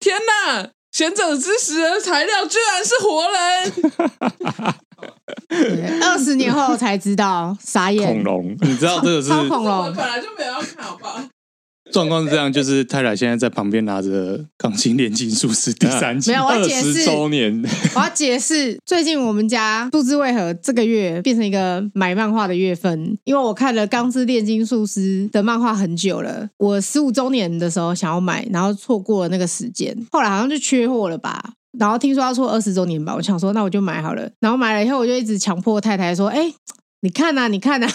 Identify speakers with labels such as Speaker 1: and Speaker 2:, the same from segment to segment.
Speaker 1: 天哪！贤者之石的材料居然是活人，
Speaker 2: 二十年后才知道，傻
Speaker 3: 恐
Speaker 2: 眼，
Speaker 3: 龙，
Speaker 4: 你知道这个是
Speaker 2: 超恐
Speaker 1: 我们
Speaker 2: 龙
Speaker 1: 本，来就没有要看，好不好？
Speaker 4: 状况是这样，就是泰来现在在旁边拿着《钢琴炼金术师》第三集
Speaker 2: 没，有，我要
Speaker 3: 二
Speaker 2: 解释
Speaker 3: 十周年，
Speaker 2: 我要解释，最近我们家不知为何这个月变成一个买漫画的月份，因为我看了《钢之炼金术师》的漫画很久了，我十五周年的时候想要买，然后错过了那个时间，后来好像就缺货了吧。然后听说要错二十周年吧，我想说那我就买好了。然后买了以后，我就一直强迫太太说：“哎、你看呐、你看呐、啊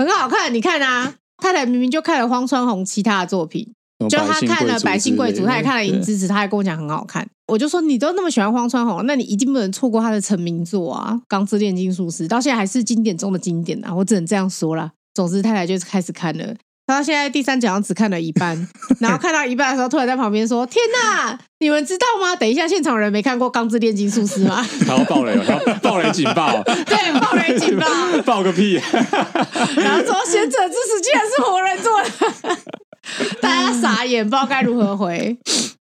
Speaker 2: 很好看，你看呐、太太明明就看了荒川弘其他的作品，就他看了《哦百姓贵族》，他也看了《银
Speaker 4: 影子。
Speaker 2: 之匙》，他还跟我讲很好看。我就说你都那么喜欢荒川弘，那你一定不能错过他的成名作啊，《钢之炼金术师》到现在还是经典中的经典啊，我只能这样说啦。总之，太太就开始看了，她到现在第三讲只看了一半，然后看到一半的时候，突然在旁边说：“天哪，你们知道吗？等一下，现场有人没看过《钢之炼金术师》吗？
Speaker 3: 他要爆雷哦，他要爆雷警报，
Speaker 2: 对，爆雷警报！”
Speaker 3: 爆个屁！
Speaker 2: 然后说：“贤者之石竟然是活人做的。” 大家傻眼，不知道该如何回。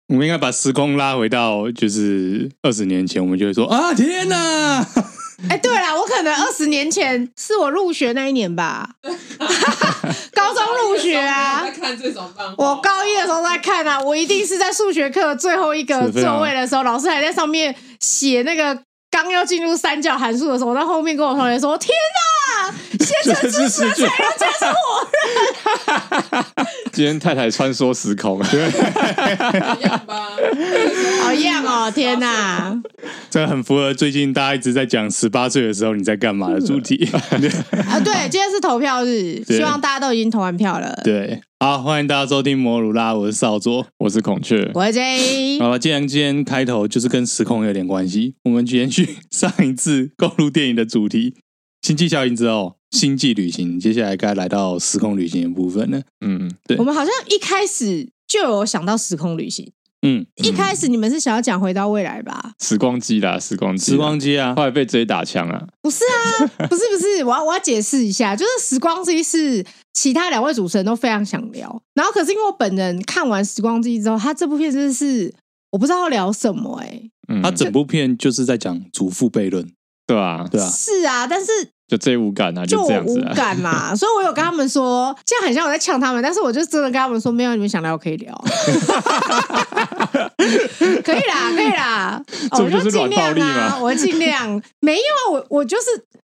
Speaker 4: 我们应该把时空拉回到就是二十年前，我们就会说啊，天哪！
Speaker 2: 哎、对啦，我可能二十年前是我入学那一年吧，高中入学啊
Speaker 1: 在。看这种漫画，
Speaker 2: 我高一的时候在看啊，我一定是在数学课最后一个
Speaker 4: 是非常
Speaker 2: 座位的时候，老师还在上面写那个刚要进入三角函数的时候，我在后面跟我同学说：“天哪，先生
Speaker 3: 是是是，
Speaker 2: 要加上我，
Speaker 3: 今天太太穿梭时空，
Speaker 1: 一样吧？
Speaker 2: 好样哦！天哪，
Speaker 4: 这很符合最近大家一直在讲十八岁的时候你在干嘛的主 题。
Speaker 2: 啊，对，今天是投票日，
Speaker 4: 对
Speaker 2: 希望大家都已经投完票了。
Speaker 4: 对，好，欢迎大家收听摩鲁拉，我是少佐。
Speaker 3: 我是孔雀，
Speaker 2: 我是 J，
Speaker 4: 好了，既然今天开头就是跟时空有点关系，我们延续上一次购入电影的主题《星际效应》之后，《星际旅行》，接下来该来到时空旅行的部分了。
Speaker 3: 嗯，
Speaker 4: 对
Speaker 2: 我们好像一开始就有想到时空旅行。
Speaker 4: 嗯，
Speaker 2: 一开始你们是想要讲回到未来 吧？
Speaker 3: 时光机啦，时光机，
Speaker 4: 时光，机
Speaker 2: 嗯
Speaker 4: 啊，
Speaker 3: 后来被 J 打枪啊，
Speaker 2: 不是啊，不是不是，我要我要解释一下，就是时光机是其他两位主持人都非常想聊，然后可是因为我本人看完时光机之后，他这部片真的是我不知道要聊什么哎、
Speaker 3: 嗯，
Speaker 4: 他整部片就是在讲祖父悖论，
Speaker 3: 对啊，
Speaker 4: 对啊，
Speaker 2: 是啊，但是
Speaker 3: 就 J 无感啊，
Speaker 2: 就
Speaker 3: 这
Speaker 2: 我
Speaker 3: 样
Speaker 2: 无
Speaker 3: 子啊，
Speaker 2: 感 嘛，所以我有跟他们说，这样很像我在呛他们，但是我就真的跟他们说，没有你们想聊可以聊， 可以啦，可以啦， 哦、
Speaker 3: 这
Speaker 2: 我
Speaker 3: 不就是
Speaker 2: 尽
Speaker 3: 软暴
Speaker 2: 量
Speaker 3: 力
Speaker 2: 啊，
Speaker 3: 吗
Speaker 2: 我尽量，没有啊，我我就是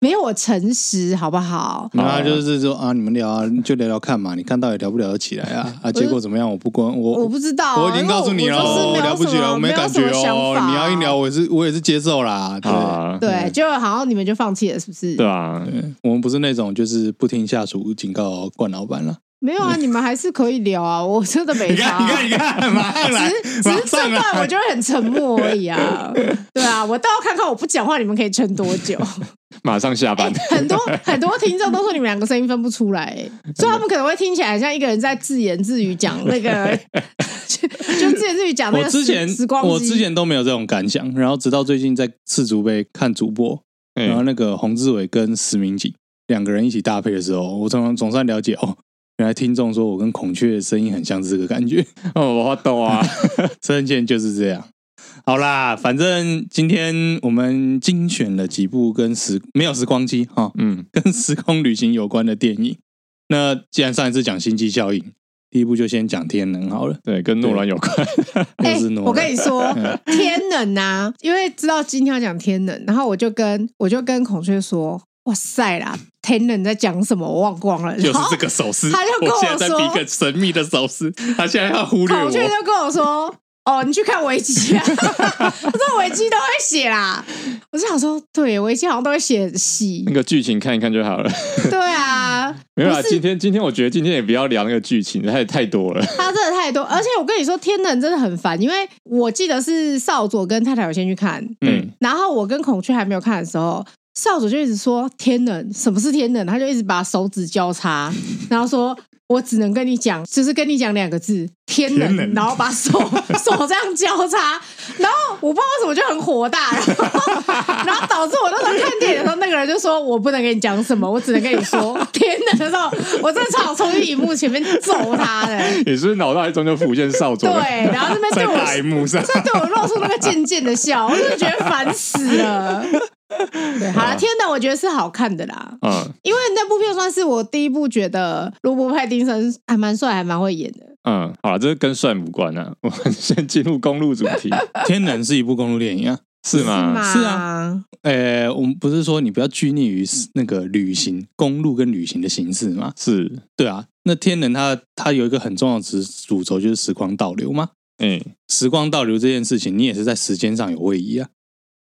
Speaker 2: 没有我诚实，好不好？
Speaker 4: 然后他就是说啊，你们聊啊，就聊聊看嘛，你看到底聊不聊得起来 啊？啊，结果怎么样？我不关我
Speaker 2: 我不知道啊、
Speaker 4: 我已经告诉你了，
Speaker 2: 因为我
Speaker 4: 我
Speaker 2: 我
Speaker 4: 聊不
Speaker 2: 就是
Speaker 4: 起
Speaker 2: 没有
Speaker 4: 来，
Speaker 2: 什
Speaker 4: 我
Speaker 2: 么
Speaker 4: 没感觉
Speaker 2: 没有什么想
Speaker 4: 哦。
Speaker 2: 法啊
Speaker 4: 你要一聊，我也嗯是我也是接受啦。对，
Speaker 3: 啊，
Speaker 2: 对，就好像你们就放弃了，是不是？
Speaker 3: 对啊，
Speaker 4: 我们不是那种就是不听下属警告惯老板了。
Speaker 2: 没有啊，你们还是可以聊啊，我真的没
Speaker 4: 嗯你
Speaker 2: 差
Speaker 4: 看，你
Speaker 2: 啊。
Speaker 4: 看，你看，马上来
Speaker 2: 只是，只
Speaker 4: 马
Speaker 2: 是这
Speaker 4: 上啊
Speaker 2: 段我
Speaker 4: 来。
Speaker 2: 就会很沉默而已 啊，对啊，我倒要看看我不讲话你们可以撑多久。
Speaker 3: 马上下班，
Speaker 2: 很多很多听众都说你们两个声音分不出来、欸所以他们可能会听起来像一个人在自言自语讲那个， 就就自言自语讲那
Speaker 4: 我
Speaker 2: 个
Speaker 4: 之
Speaker 2: 时
Speaker 4: 前
Speaker 2: 时光机。
Speaker 4: 我之前都没有这种感想，然后直到最近在赤足杯看主播，
Speaker 2: 哎
Speaker 4: 然后
Speaker 3: 嗯
Speaker 4: 那个洪志伟跟石明景两个人一起搭配的时候，我总总算了解哦，原来听众说我跟孔雀的声音很像是这个感觉，
Speaker 3: 哦，我抖啊，
Speaker 4: 声线就是这样。好啦，反正今天我们精选了几部跟时没有时光机哈、
Speaker 3: 嗯，
Speaker 4: 跟时空旅行有关的电影。那既然上一次讲星际效应，第一部就先讲天能好了，
Speaker 3: 对，跟诺兰有关，
Speaker 4: 又
Speaker 2: 哎
Speaker 4: 是嗯诺兰
Speaker 2: 我跟你 说，天能啊，因为知道今天要讲天能，然后我就跟我就跟孔雀说，哇塞啦，天能在讲什么我忘光了，
Speaker 4: 就是
Speaker 2: 然后
Speaker 4: 这个手势。
Speaker 2: 他就跟我
Speaker 4: 我现在在
Speaker 2: 说
Speaker 4: 比一个神秘的手势，他现在要忽略
Speaker 2: 孔雀
Speaker 4: 我。
Speaker 2: 就跟我说：“哦，你去看维基啊， 我说维基都会写啦。”我就想说，对，维基好像都会写戏
Speaker 3: 那，个剧情看一看就好了。
Speaker 2: 对啊，
Speaker 3: 没有啦，
Speaker 2: 不是
Speaker 3: 今天今天我觉得今天也不要聊那个剧情，太太多了。
Speaker 2: 他真的太多。而且我跟你说，天能真的很烦，因为我记得是少佐跟太太有先去看，
Speaker 3: 嗯，
Speaker 2: 然后我跟孔雀还没有看的时候。 少佐就一直说天能，什么是天能？他就一直把手指交叉，然后说我只能跟你讲，就是跟你讲两个字“天冷”，
Speaker 4: 天冷
Speaker 2: 然后把手 手这样交叉，然后我不知道为什么就很火大，然后 然后导致我那时候看电影的时候，那个人就说我不能跟你讲什么，我只能跟你 说“天冷”的时候，我真的超想冲去荧幕前面揍他的。
Speaker 3: 你是不是脑袋中就浮现少佐
Speaker 2: 对
Speaker 3: 了？，
Speaker 2: 然后那边
Speaker 4: 在
Speaker 2: 对
Speaker 4: 大
Speaker 2: 我
Speaker 4: 荧幕上，
Speaker 2: 这对我露出那个贱贱的笑， 我就觉得烦死了。对，好了，天哪，我觉得是好看的啦，
Speaker 3: 嗯
Speaker 2: 因为那部片算是我第一部觉得罗伯·派丁森还蛮帅，还蛮会演的。
Speaker 3: 嗯，好了，这个跟帅无关啊。我们先进入公路主题，
Speaker 4: 天冷》是一部公路电影啊。
Speaker 3: 是吗？
Speaker 2: 吗？
Speaker 4: 是啊，呃，我们不是说你不要拘泥于那个旅行、公路跟旅行的形式嘛？
Speaker 3: 是，
Speaker 4: 对啊，那天人它它有一个很重要的主主轴就是时光倒流嘛。
Speaker 3: 哎、
Speaker 4: 时光倒流这件事情，你也是在时间上有位移啊。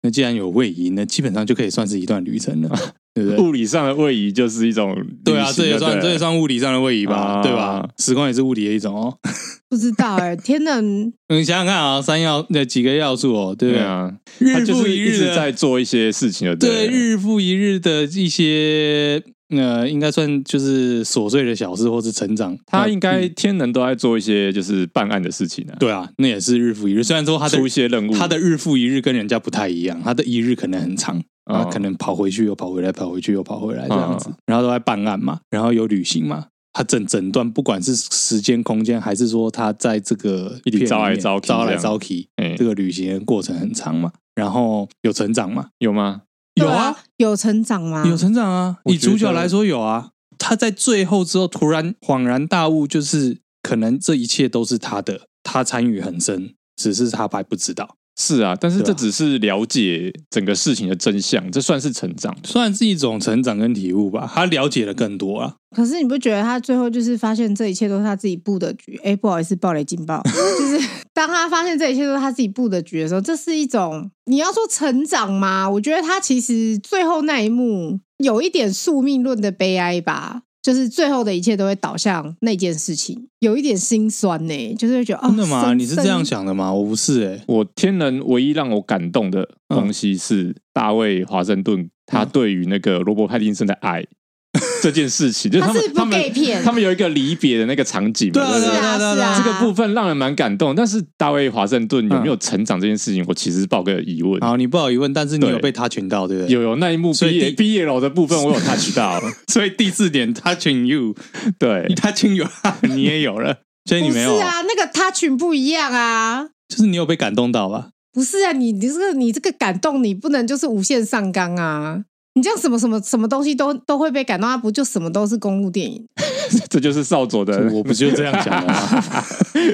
Speaker 4: 那既然有位移，那基本上就可以算是一段旅程了， 对不对？
Speaker 3: 物理上的位移就是一种
Speaker 4: 对啊，
Speaker 3: 旅行
Speaker 4: 这也
Speaker 3: 就
Speaker 4: 算
Speaker 3: 对
Speaker 4: 这
Speaker 3: 了
Speaker 4: 也算物理上的位移吧，
Speaker 3: 啊
Speaker 4: 对吧？时光也是物理的一种哦。
Speaker 2: 不知道哎、天哪，
Speaker 4: 你想想看啊，三要那几个要素哦，对不对？
Speaker 3: 对啊，他
Speaker 4: 日
Speaker 3: 就
Speaker 4: 复
Speaker 3: 是
Speaker 4: 一
Speaker 3: 一
Speaker 4: 日
Speaker 3: 直
Speaker 4: 的
Speaker 3: 在做一些事情的，
Speaker 4: 对
Speaker 3: 日
Speaker 4: 日复一日的一些呃，应该算就是琐碎的小事或是成长。
Speaker 3: 他
Speaker 4: 那
Speaker 3: 应该天能都在做一些就是办案的事情啊，
Speaker 4: 啊嗯对啊，那也是日复一日。虽然说他的
Speaker 3: 出一些任务，
Speaker 4: 他的日复一日跟人家不太一样，他的一日可能很长，
Speaker 3: 哦
Speaker 4: 啊，可能跑回去又跑回来，跑回去又跑回来这样子
Speaker 3: 嗯，
Speaker 4: 然后都在办案嘛，然后有旅行嘛。他整整段不管是时间、空间，还是说他在这个
Speaker 3: 一直
Speaker 4: 片里
Speaker 3: 招来
Speaker 4: 面
Speaker 3: 招去
Speaker 4: 招
Speaker 3: 这
Speaker 4: 来
Speaker 3: 样
Speaker 4: 招去，
Speaker 3: 哎
Speaker 4: 这个旅行的过程很长嘛，然后有成长嘛，
Speaker 3: 有吗？
Speaker 4: 有
Speaker 2: 对
Speaker 4: 啊，，
Speaker 2: 有成长吗？
Speaker 4: 有成长啊。
Speaker 3: 我
Speaker 4: 以
Speaker 3: 觉得
Speaker 4: 主角来说有啊，他在最后之后突然恍然大悟，就是可能这一切都是他的，他参与很深，只是他还不知道。
Speaker 3: 是啊，但是
Speaker 4: 对啊
Speaker 3: 这只是了解整个事情的真相，这算是成长。
Speaker 4: 算是一种成长跟体悟吧。他了解的更多啊，
Speaker 2: 可是你不觉得他最后就是发现这一切都是他自己布的局？哎、不好意思，暴雷警报， 就是当他发现这一切都是他自己布的局的时候，这是一种你要说成长吗？我觉得他其实最后那一幕有一点宿命论的悲哀吧。就是最后的一切都会导向那件事情，有一点心酸呢、就是会觉得哦，
Speaker 4: 真的吗？
Speaker 2: 生
Speaker 4: 你是这样？想的吗？我不是哎、
Speaker 3: 我天能唯一让我感动的东西
Speaker 4: 嗯
Speaker 3: 是大卫华盛顿他对于那个罗伯·派丁森的爱 这件事情，就是
Speaker 2: 他
Speaker 3: 他
Speaker 2: 是
Speaker 3: 们
Speaker 2: 部
Speaker 3: 他
Speaker 2: gay
Speaker 3: 们
Speaker 2: 片，
Speaker 3: 他们有一个离别的那个场景嘛，
Speaker 4: 对啊
Speaker 3: 对不
Speaker 2: 是啊
Speaker 3: 对？
Speaker 4: 对啊
Speaker 2: 是
Speaker 4: 对啊
Speaker 2: 啊，
Speaker 3: 这个部分让人蛮感动，但是大卫华盛顿有没
Speaker 4: 嗯
Speaker 3: 有成长这件事情，我其实抱个疑问。
Speaker 4: 好，你不好疑问，但是你
Speaker 3: 对
Speaker 4: 有被他群到，对不对？
Speaker 3: 有有那一幕
Speaker 4: 啊所以
Speaker 3: 毕业
Speaker 4: 第
Speaker 3: 毕业楼的部分，我有 touch 到，
Speaker 4: 所以第四点，他群 you，
Speaker 3: 对
Speaker 4: 你，他啊群有，你也有了，所以你
Speaker 2: 不
Speaker 4: 没
Speaker 2: 是
Speaker 4: 有，
Speaker 2: 啊，那个他群不一样啊，
Speaker 4: 就是你有被感动到吧？
Speaker 2: 不是啊，你你这个你这个感动，你不能就是无限上纲啊！你这样什么什么什么东西都都会被感动，它啊不就什么都是公路电影？
Speaker 3: 这就是少佐的。
Speaker 4: 我不就这样想的 吗？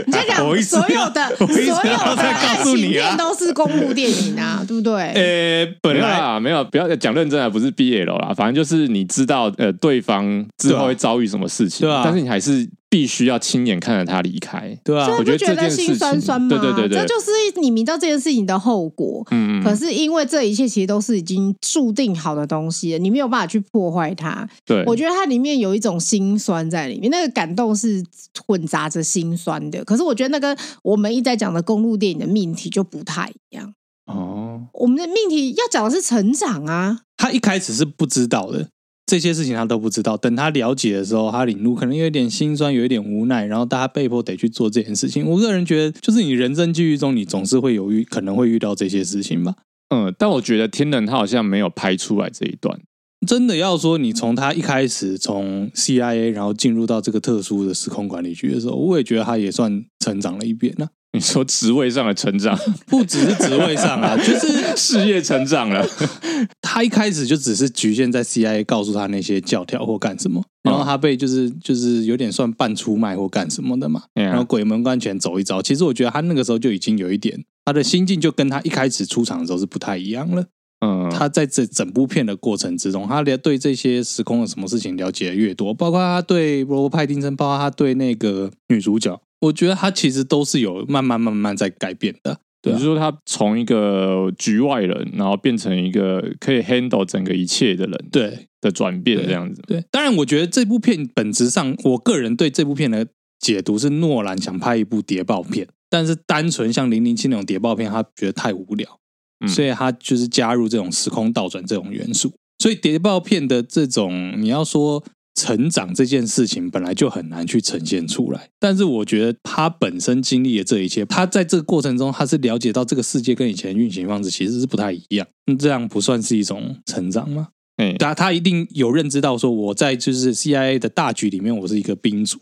Speaker 2: 你就
Speaker 4: 我
Speaker 2: 讲
Speaker 4: 一直要
Speaker 2: 所有的
Speaker 4: 我一
Speaker 2: 所
Speaker 4: 直
Speaker 2: 有
Speaker 4: 要
Speaker 2: 的
Speaker 4: 再
Speaker 2: 爱
Speaker 4: 告诉
Speaker 2: 情
Speaker 4: 你啊
Speaker 2: 片都是公路电影啊，对不
Speaker 3: 哎
Speaker 2: 对？
Speaker 4: 呃，本
Speaker 3: 没有
Speaker 4: 来
Speaker 3: 啦，没有，不要讲认真啊，不是毕业楼啦，反正就是你知道，呃，对方之后会遭遇什么事情，
Speaker 4: 啊对啊
Speaker 3: 但是你还是必须要亲眼看着他离开。
Speaker 4: 对啊，
Speaker 2: 所以
Speaker 3: 我
Speaker 2: 不
Speaker 3: 觉得
Speaker 2: 觉
Speaker 3: 这
Speaker 2: 得
Speaker 3: 件事
Speaker 2: 心
Speaker 3: 情
Speaker 2: 酸酸吗？
Speaker 3: 对对对对
Speaker 2: 这就是你明知道这件事情的后果，
Speaker 3: 嗯，
Speaker 2: 可是因为这一切其实都是已经注定好的东西了，你没有办法去破坏它。
Speaker 3: 对，
Speaker 2: 我觉得它里面有一种心酸在里面，那个感动是混杂着心酸的。可是我觉得那跟我们一直在讲的公路电影的命题就不太一样。
Speaker 3: 哦，
Speaker 2: 我们的命题要讲的是成长啊，
Speaker 4: 他一开始是不知道的。这些事情他都不知道，等他了解的时候，他领悟可能有一点心酸，有一点无奈，然后大家被迫得去做这件事情。我个人觉得，就是你人生际遇中，你总是会有遇，可能会遇到这些事情吧。
Speaker 3: 嗯，但我觉得天能他好像没有拍出来这一段，
Speaker 4: 真的要说，你从他一开始从 CIA，然后进入到这个特殊的时空管理局的时候，我也觉得他也算成长了一遍呢、
Speaker 3: 你说职位上的成长，
Speaker 4: 不只是职位上啊， 就是
Speaker 3: 事业成长了，
Speaker 4: 他一开始就只是局限在 CIA 告诉他那些教条或干什么，然后他被就是就是有点算半出卖或干什么的嘛，
Speaker 3: 嗯
Speaker 4: 然后鬼门关前走一遭。其实我觉得他那个时候就已经有一点，他的心境就跟他一开始出场的时候是不太一样了。
Speaker 3: 嗯，
Speaker 4: 他在这整部片的过程之中，他了对这些时空的什么事情了解的越多，包括他对罗伯·派丁森，包括他对那个女主角，我觉得他其实都是有慢慢慢慢在改变的。对
Speaker 3: 你
Speaker 4: 啊
Speaker 3: 是说他从一个局外人，然后变成一个可以 handle 整个一切的人
Speaker 4: 对
Speaker 3: 的转变，这样子。
Speaker 4: 对，当然，我觉得这部片本质上，我个人对这部片的解读是诺兰想拍一部谍报片，但是单纯像《零零七》那种谍报片，他觉得太无聊。
Speaker 3: 嗯
Speaker 4: 所以它就是加入这种时空倒转这种元素。所以谍报片的这种，你要说成长这件事情本来就很难去呈现出来。但是我觉得他本身经历了这一切，他在这个过程中，他是了解到这个世界跟以前的运行方式其实是不太一样。那这样不算是一种成长吗？
Speaker 3: 哎，
Speaker 4: 他他一定有认知到说我在就是 CIA 的大局里面，我是一个兵卒。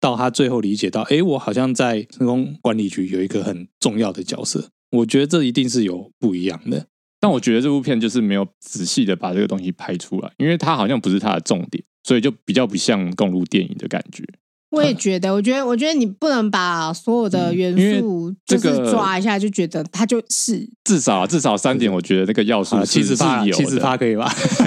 Speaker 4: 到他最后理解到，哎，我好像在成功管理局有一个很重要的角色。我觉得这一定是有不一样的。
Speaker 3: 但我觉得这部片就是没有仔细的把这个东西拍出来，因为它好像不是它的重点，所以就比较不像公路电影的感觉。
Speaker 2: 我也觉得，我觉得，我觉得你不能把所有的元
Speaker 3: 因为
Speaker 2: 素
Speaker 3: 嗯这
Speaker 2: 就是
Speaker 3: 个
Speaker 2: 抓一下就觉得它就是，
Speaker 3: 至少、啊、至少三点，我觉得那个要素
Speaker 4: 啊，
Speaker 3: 是
Speaker 4: 七十
Speaker 3: 是
Speaker 4: 八，
Speaker 3: 有
Speaker 4: 七十啊八
Speaker 3: 的。
Speaker 4: 可以吧？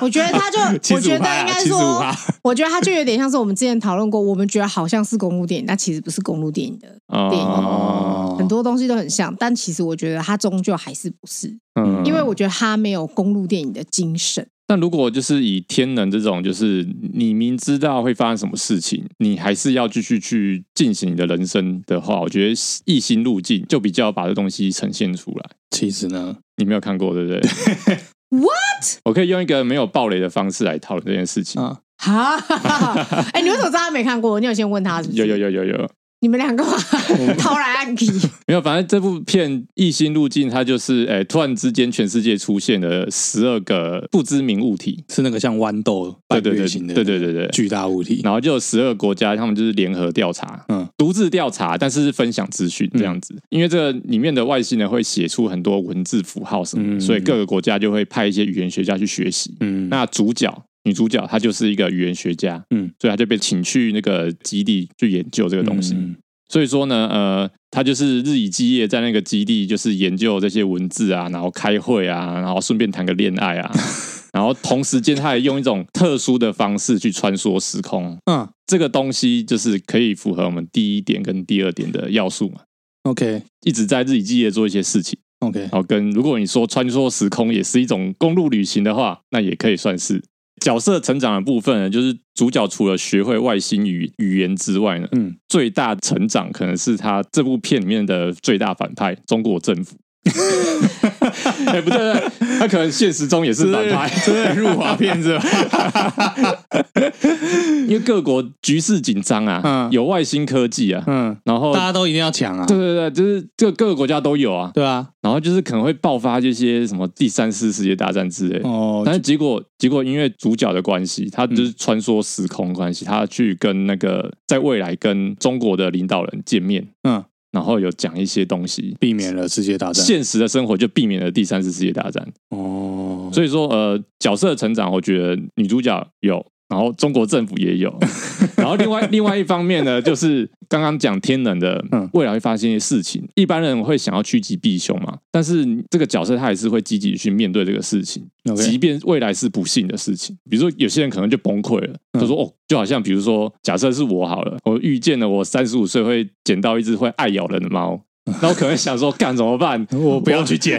Speaker 2: 我觉得它就，我觉得应该
Speaker 4: 啊
Speaker 2: 说，我觉得它就有点像是我们之前讨论过，我们觉得好像是公路电影，但其实不是公路电影的，
Speaker 3: 嗯
Speaker 2: 电影
Speaker 3: 哦，
Speaker 2: 很多东西都很像，但其实我觉得它终究还是不是，
Speaker 3: 嗯
Speaker 2: 因为我觉得它没有公路电影的精神。
Speaker 3: 但如果就是以天能这种，就是你明知道会发生什么事情，你还是要继续去进行你的人生的话，我觉得一心路径就比较把这东西呈现出来。
Speaker 4: 其实呢，
Speaker 3: 你没有看过，对不对
Speaker 2: What？
Speaker 3: 我可以用一个没有暴雷的方式来讨论这件事情。
Speaker 4: 啊，
Speaker 2: 哈， 哎，你为什么知道他没看过？你有先问他是不是？
Speaker 3: 有有，有有有，
Speaker 2: 你们两 个嘛 偷来暗比。
Speaker 3: 没有，反正这部片《异星路径》，它就是诶、突然之间全世界出现了十二个不知名物体，
Speaker 4: 是那个像豌豆
Speaker 3: 对
Speaker 4: 半
Speaker 3: 对
Speaker 4: 月
Speaker 3: 对
Speaker 4: 形的，
Speaker 3: 对对对对，
Speaker 4: 巨大物体。
Speaker 3: 然后就有十二国家，他们就是联合调查，
Speaker 4: 嗯
Speaker 3: 嗯，独自调查，但是是分享资讯这样子。因为这个里面的外星人会写出很多文字符号什么的，
Speaker 4: 嗯
Speaker 3: 所以各个国家就会派一些语言学家去学习。
Speaker 4: 嗯，
Speaker 3: 那主角女主角她就是一个语言学家，
Speaker 4: 嗯
Speaker 3: 嗯，所以她就被请去那个基地去研究这个东西。
Speaker 4: 嗯
Speaker 3: 所以说呢，呃，她就是日以继夜在那个基地，就是研究这些文字啊，然后开会啊，然后顺便谈个恋 爱啊，然后同时间她还用一种特殊的方式去穿梭时空。
Speaker 4: 嗯
Speaker 3: 这个东西就是可以符合我们第一点跟第二点的要素嘛，
Speaker 4: ，OK
Speaker 3: 一直在日以继夜做一些事情。
Speaker 4: OK，
Speaker 3: 然后跟如果你说穿梭时空也是一种公路旅行的话，那也可以算是角色成长的部分呢。就是主角除了学会外星语语言之外呢，
Speaker 4: 嗯，
Speaker 3: 最大成长可能是他这部片里面的最大反派中国政府。 哎、不对，不对他可能现实中也是反派，
Speaker 4: 真的入华片是吧？
Speaker 3: 因为各国局势紧张啊，
Speaker 4: 嗯
Speaker 3: 有外星科技啊，
Speaker 4: 嗯，
Speaker 3: 然后
Speaker 4: 大家都一定要抢啊，
Speaker 3: 对对对，就是各各个国家都有啊，
Speaker 4: 对啊，
Speaker 3: 然后就是可能会爆发这些什么第三次世界大战之类的。
Speaker 4: 哦，
Speaker 3: 但是结果，结果因为主角的关系，他就是穿梭时空关系，他去跟那个在未来跟中国的领导人见面，
Speaker 4: 嗯，
Speaker 3: 然后有讲一些东西，
Speaker 4: 避免了世界大战。
Speaker 3: 现实的生活就避免了第三次世界大战。
Speaker 4: 哦，
Speaker 3: 所以说，呃，角色的成长，我觉得女主角有，然后中国政府也 有，然后另外另外一方面呢，就是刚刚讲天冷的
Speaker 4: 嗯，
Speaker 3: 未来会发生一些事情，一般人会想要趋吉避凶嘛，但是这个角色他还是会积极地去面对这个事情，
Speaker 4: OK
Speaker 3: 即便未来是不幸的事情，比如说有些人可能就崩溃了，
Speaker 4: 嗯
Speaker 3: 他说哦，就好像比如说，假设是我好了，我遇见了我三十五岁会捡到一只会爱咬人的 猫。那我可能会想说，干怎么办？
Speaker 4: 我不要去捡，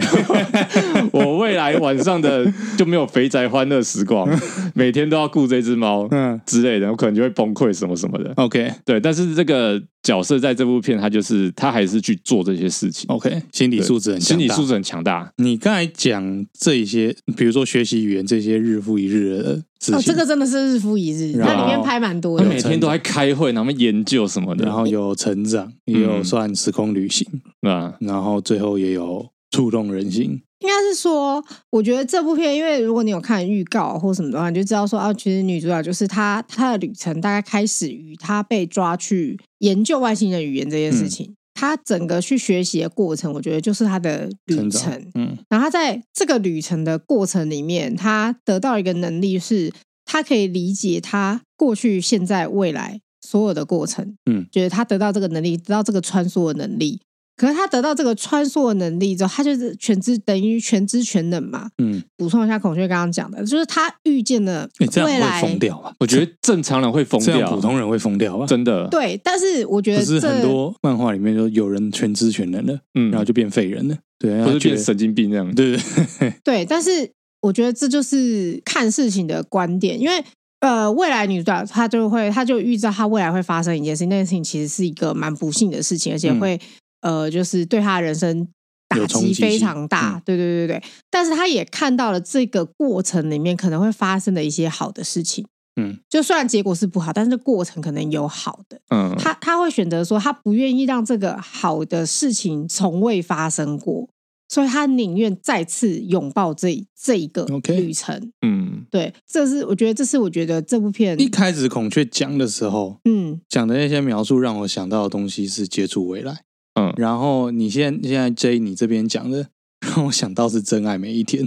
Speaker 3: 我未来晚上的就没有肥宅欢乐时光， 每天都要顾这只猫，
Speaker 4: 嗯
Speaker 3: 嗯之类的，我可能就会崩溃什么什么的。
Speaker 4: OK
Speaker 3: 对，但是这个角色在这部片，他就是他还是去做这些事情，
Speaker 4: OK，心哦理
Speaker 3: 对
Speaker 4: 素质很强
Speaker 3: 心
Speaker 4: 大，
Speaker 3: 理素质很强大。
Speaker 4: 你刚才讲这一些，比如说学习语言这些日复一日的事情，
Speaker 2: 哦，这个真的是日复一日，
Speaker 4: 然后嗯
Speaker 2: 它里面拍蛮多
Speaker 3: 他
Speaker 2: 的。
Speaker 3: 每天都在开会，然后研究什么的，
Speaker 4: 然后有成长，也有
Speaker 3: 嗯
Speaker 4: 算时空旅行，
Speaker 3: 啊，
Speaker 4: 然后最后也有触动人心。
Speaker 2: 应该是说，我觉得这部片，因为如果你有看预告或什么的话，你就知道说，啊，其实女主角就是她，她的旅程大概开始于她被抓去研究外星人语言这件事
Speaker 4: 嗯
Speaker 2: 情。她整个去学习的过程，我觉得就是她的旅
Speaker 4: 成长
Speaker 2: 程。
Speaker 4: 嗯
Speaker 2: 然后她在这个旅程的过程里面，她得到一个能力是，她可以理解她过去、现在、未来所有的过程。
Speaker 4: 嗯，
Speaker 2: 觉得她得到这个能力，得到这个穿梭的能力。可是她得到这个穿梭的能力之后，她就是全知，等于全知全能嘛。
Speaker 4: 嗯，
Speaker 2: 补充一下孔雀刚刚讲的，就是她遇见了
Speaker 4: 你这样
Speaker 2: 未
Speaker 4: 会
Speaker 2: 来
Speaker 4: 疯，掉吧？
Speaker 3: 我觉得正常人会疯
Speaker 4: 这样
Speaker 3: 掉
Speaker 4: 普，通人会疯掉吧？啊
Speaker 3: 真的，
Speaker 2: 对。但是我觉
Speaker 4: 不
Speaker 2: 得
Speaker 4: 是
Speaker 2: 这
Speaker 4: 很多漫画里面说有人全知全能了，
Speaker 3: 嗯，
Speaker 4: 然后就变废人了，对，
Speaker 3: 或
Speaker 4: 他
Speaker 3: 是
Speaker 4: 觉
Speaker 3: 变
Speaker 4: 得
Speaker 3: 神经病这样，
Speaker 4: 对 对对，
Speaker 2: 对，但是我觉得这就是看事情的观点，因为呃，未来女主角她就会，她就预知到她未来会发生一件事情，那件事情其实是一个蛮不幸的事情，而且
Speaker 4: 嗯
Speaker 2: 会、呃，就是对她的人生打
Speaker 4: 有冲击
Speaker 2: 击
Speaker 4: 性
Speaker 2: 非常大
Speaker 4: 嗯。
Speaker 2: 对对对对，但是她也看到了这个过程里面可能会发生的一些好的事情。
Speaker 4: 嗯
Speaker 2: 就虽然结果是不好，但是这过程可能有好的。
Speaker 3: 嗯，
Speaker 2: 他他会选择说，他不愿意让这个好的事情从未发生过，所以他宁愿再次拥抱这这一个
Speaker 4: OK
Speaker 2: 旅程。
Speaker 3: 嗯，
Speaker 2: 对，这是我觉得，这是我觉得这部片，
Speaker 4: 一开始孔雀讲的时候，
Speaker 2: 嗯，
Speaker 4: 讲的那些描述让我想到的东西是接触未来，
Speaker 3: 嗯
Speaker 4: 然后你现在现在 J 你这边讲的，让我想到是真爱每一天，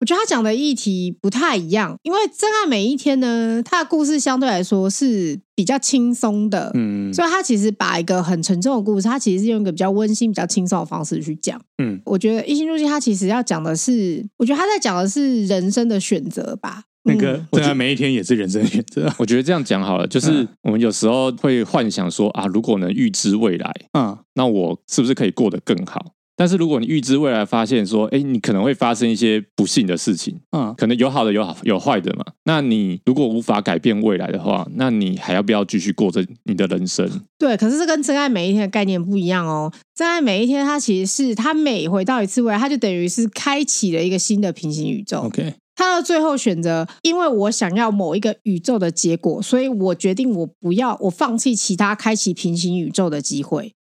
Speaker 2: 我觉得他讲的议题不太一样，因为《真爱每一天》呢，他的故事相对来说是比较轻松的，
Speaker 4: 嗯
Speaker 2: 所以他其实把一个很沉重的故事，他其实是用一个比较温馨、比较轻松的方式去讲。
Speaker 4: 嗯
Speaker 2: 我觉得《一心入境》他其实要讲的是，我觉得他在讲的是人生的选择吧。嗯
Speaker 4: 那个
Speaker 3: 嗯我
Speaker 4: 真
Speaker 3: 觉
Speaker 4: 爱每一天也是人生选择，
Speaker 3: 我觉得这样讲好了，就是
Speaker 4: 嗯
Speaker 3: 我们有时候会幻想说啊，如果能预知未来，
Speaker 4: 嗯
Speaker 3: 那我是不是可以过得更好？但是如果你预知未来，发现说，哎，你可能会发生一些不幸的事情，
Speaker 4: 嗯
Speaker 3: 可能有好的有好有坏的嘛。那你如果无法改变未来的话，那你还要不要继续过着你的人生？
Speaker 2: 对，可是这跟《真爱每一天》的概念不一样哦。《真爱每一天》它其实是他每回到一次未来，他就等于是开启了一个新的平行宇宙。
Speaker 4: ，OK，
Speaker 2: 他到最后选择，因为我想要某一个宇宙的结果，所以我决定我不要，我放弃其他开启平行宇宙的机会。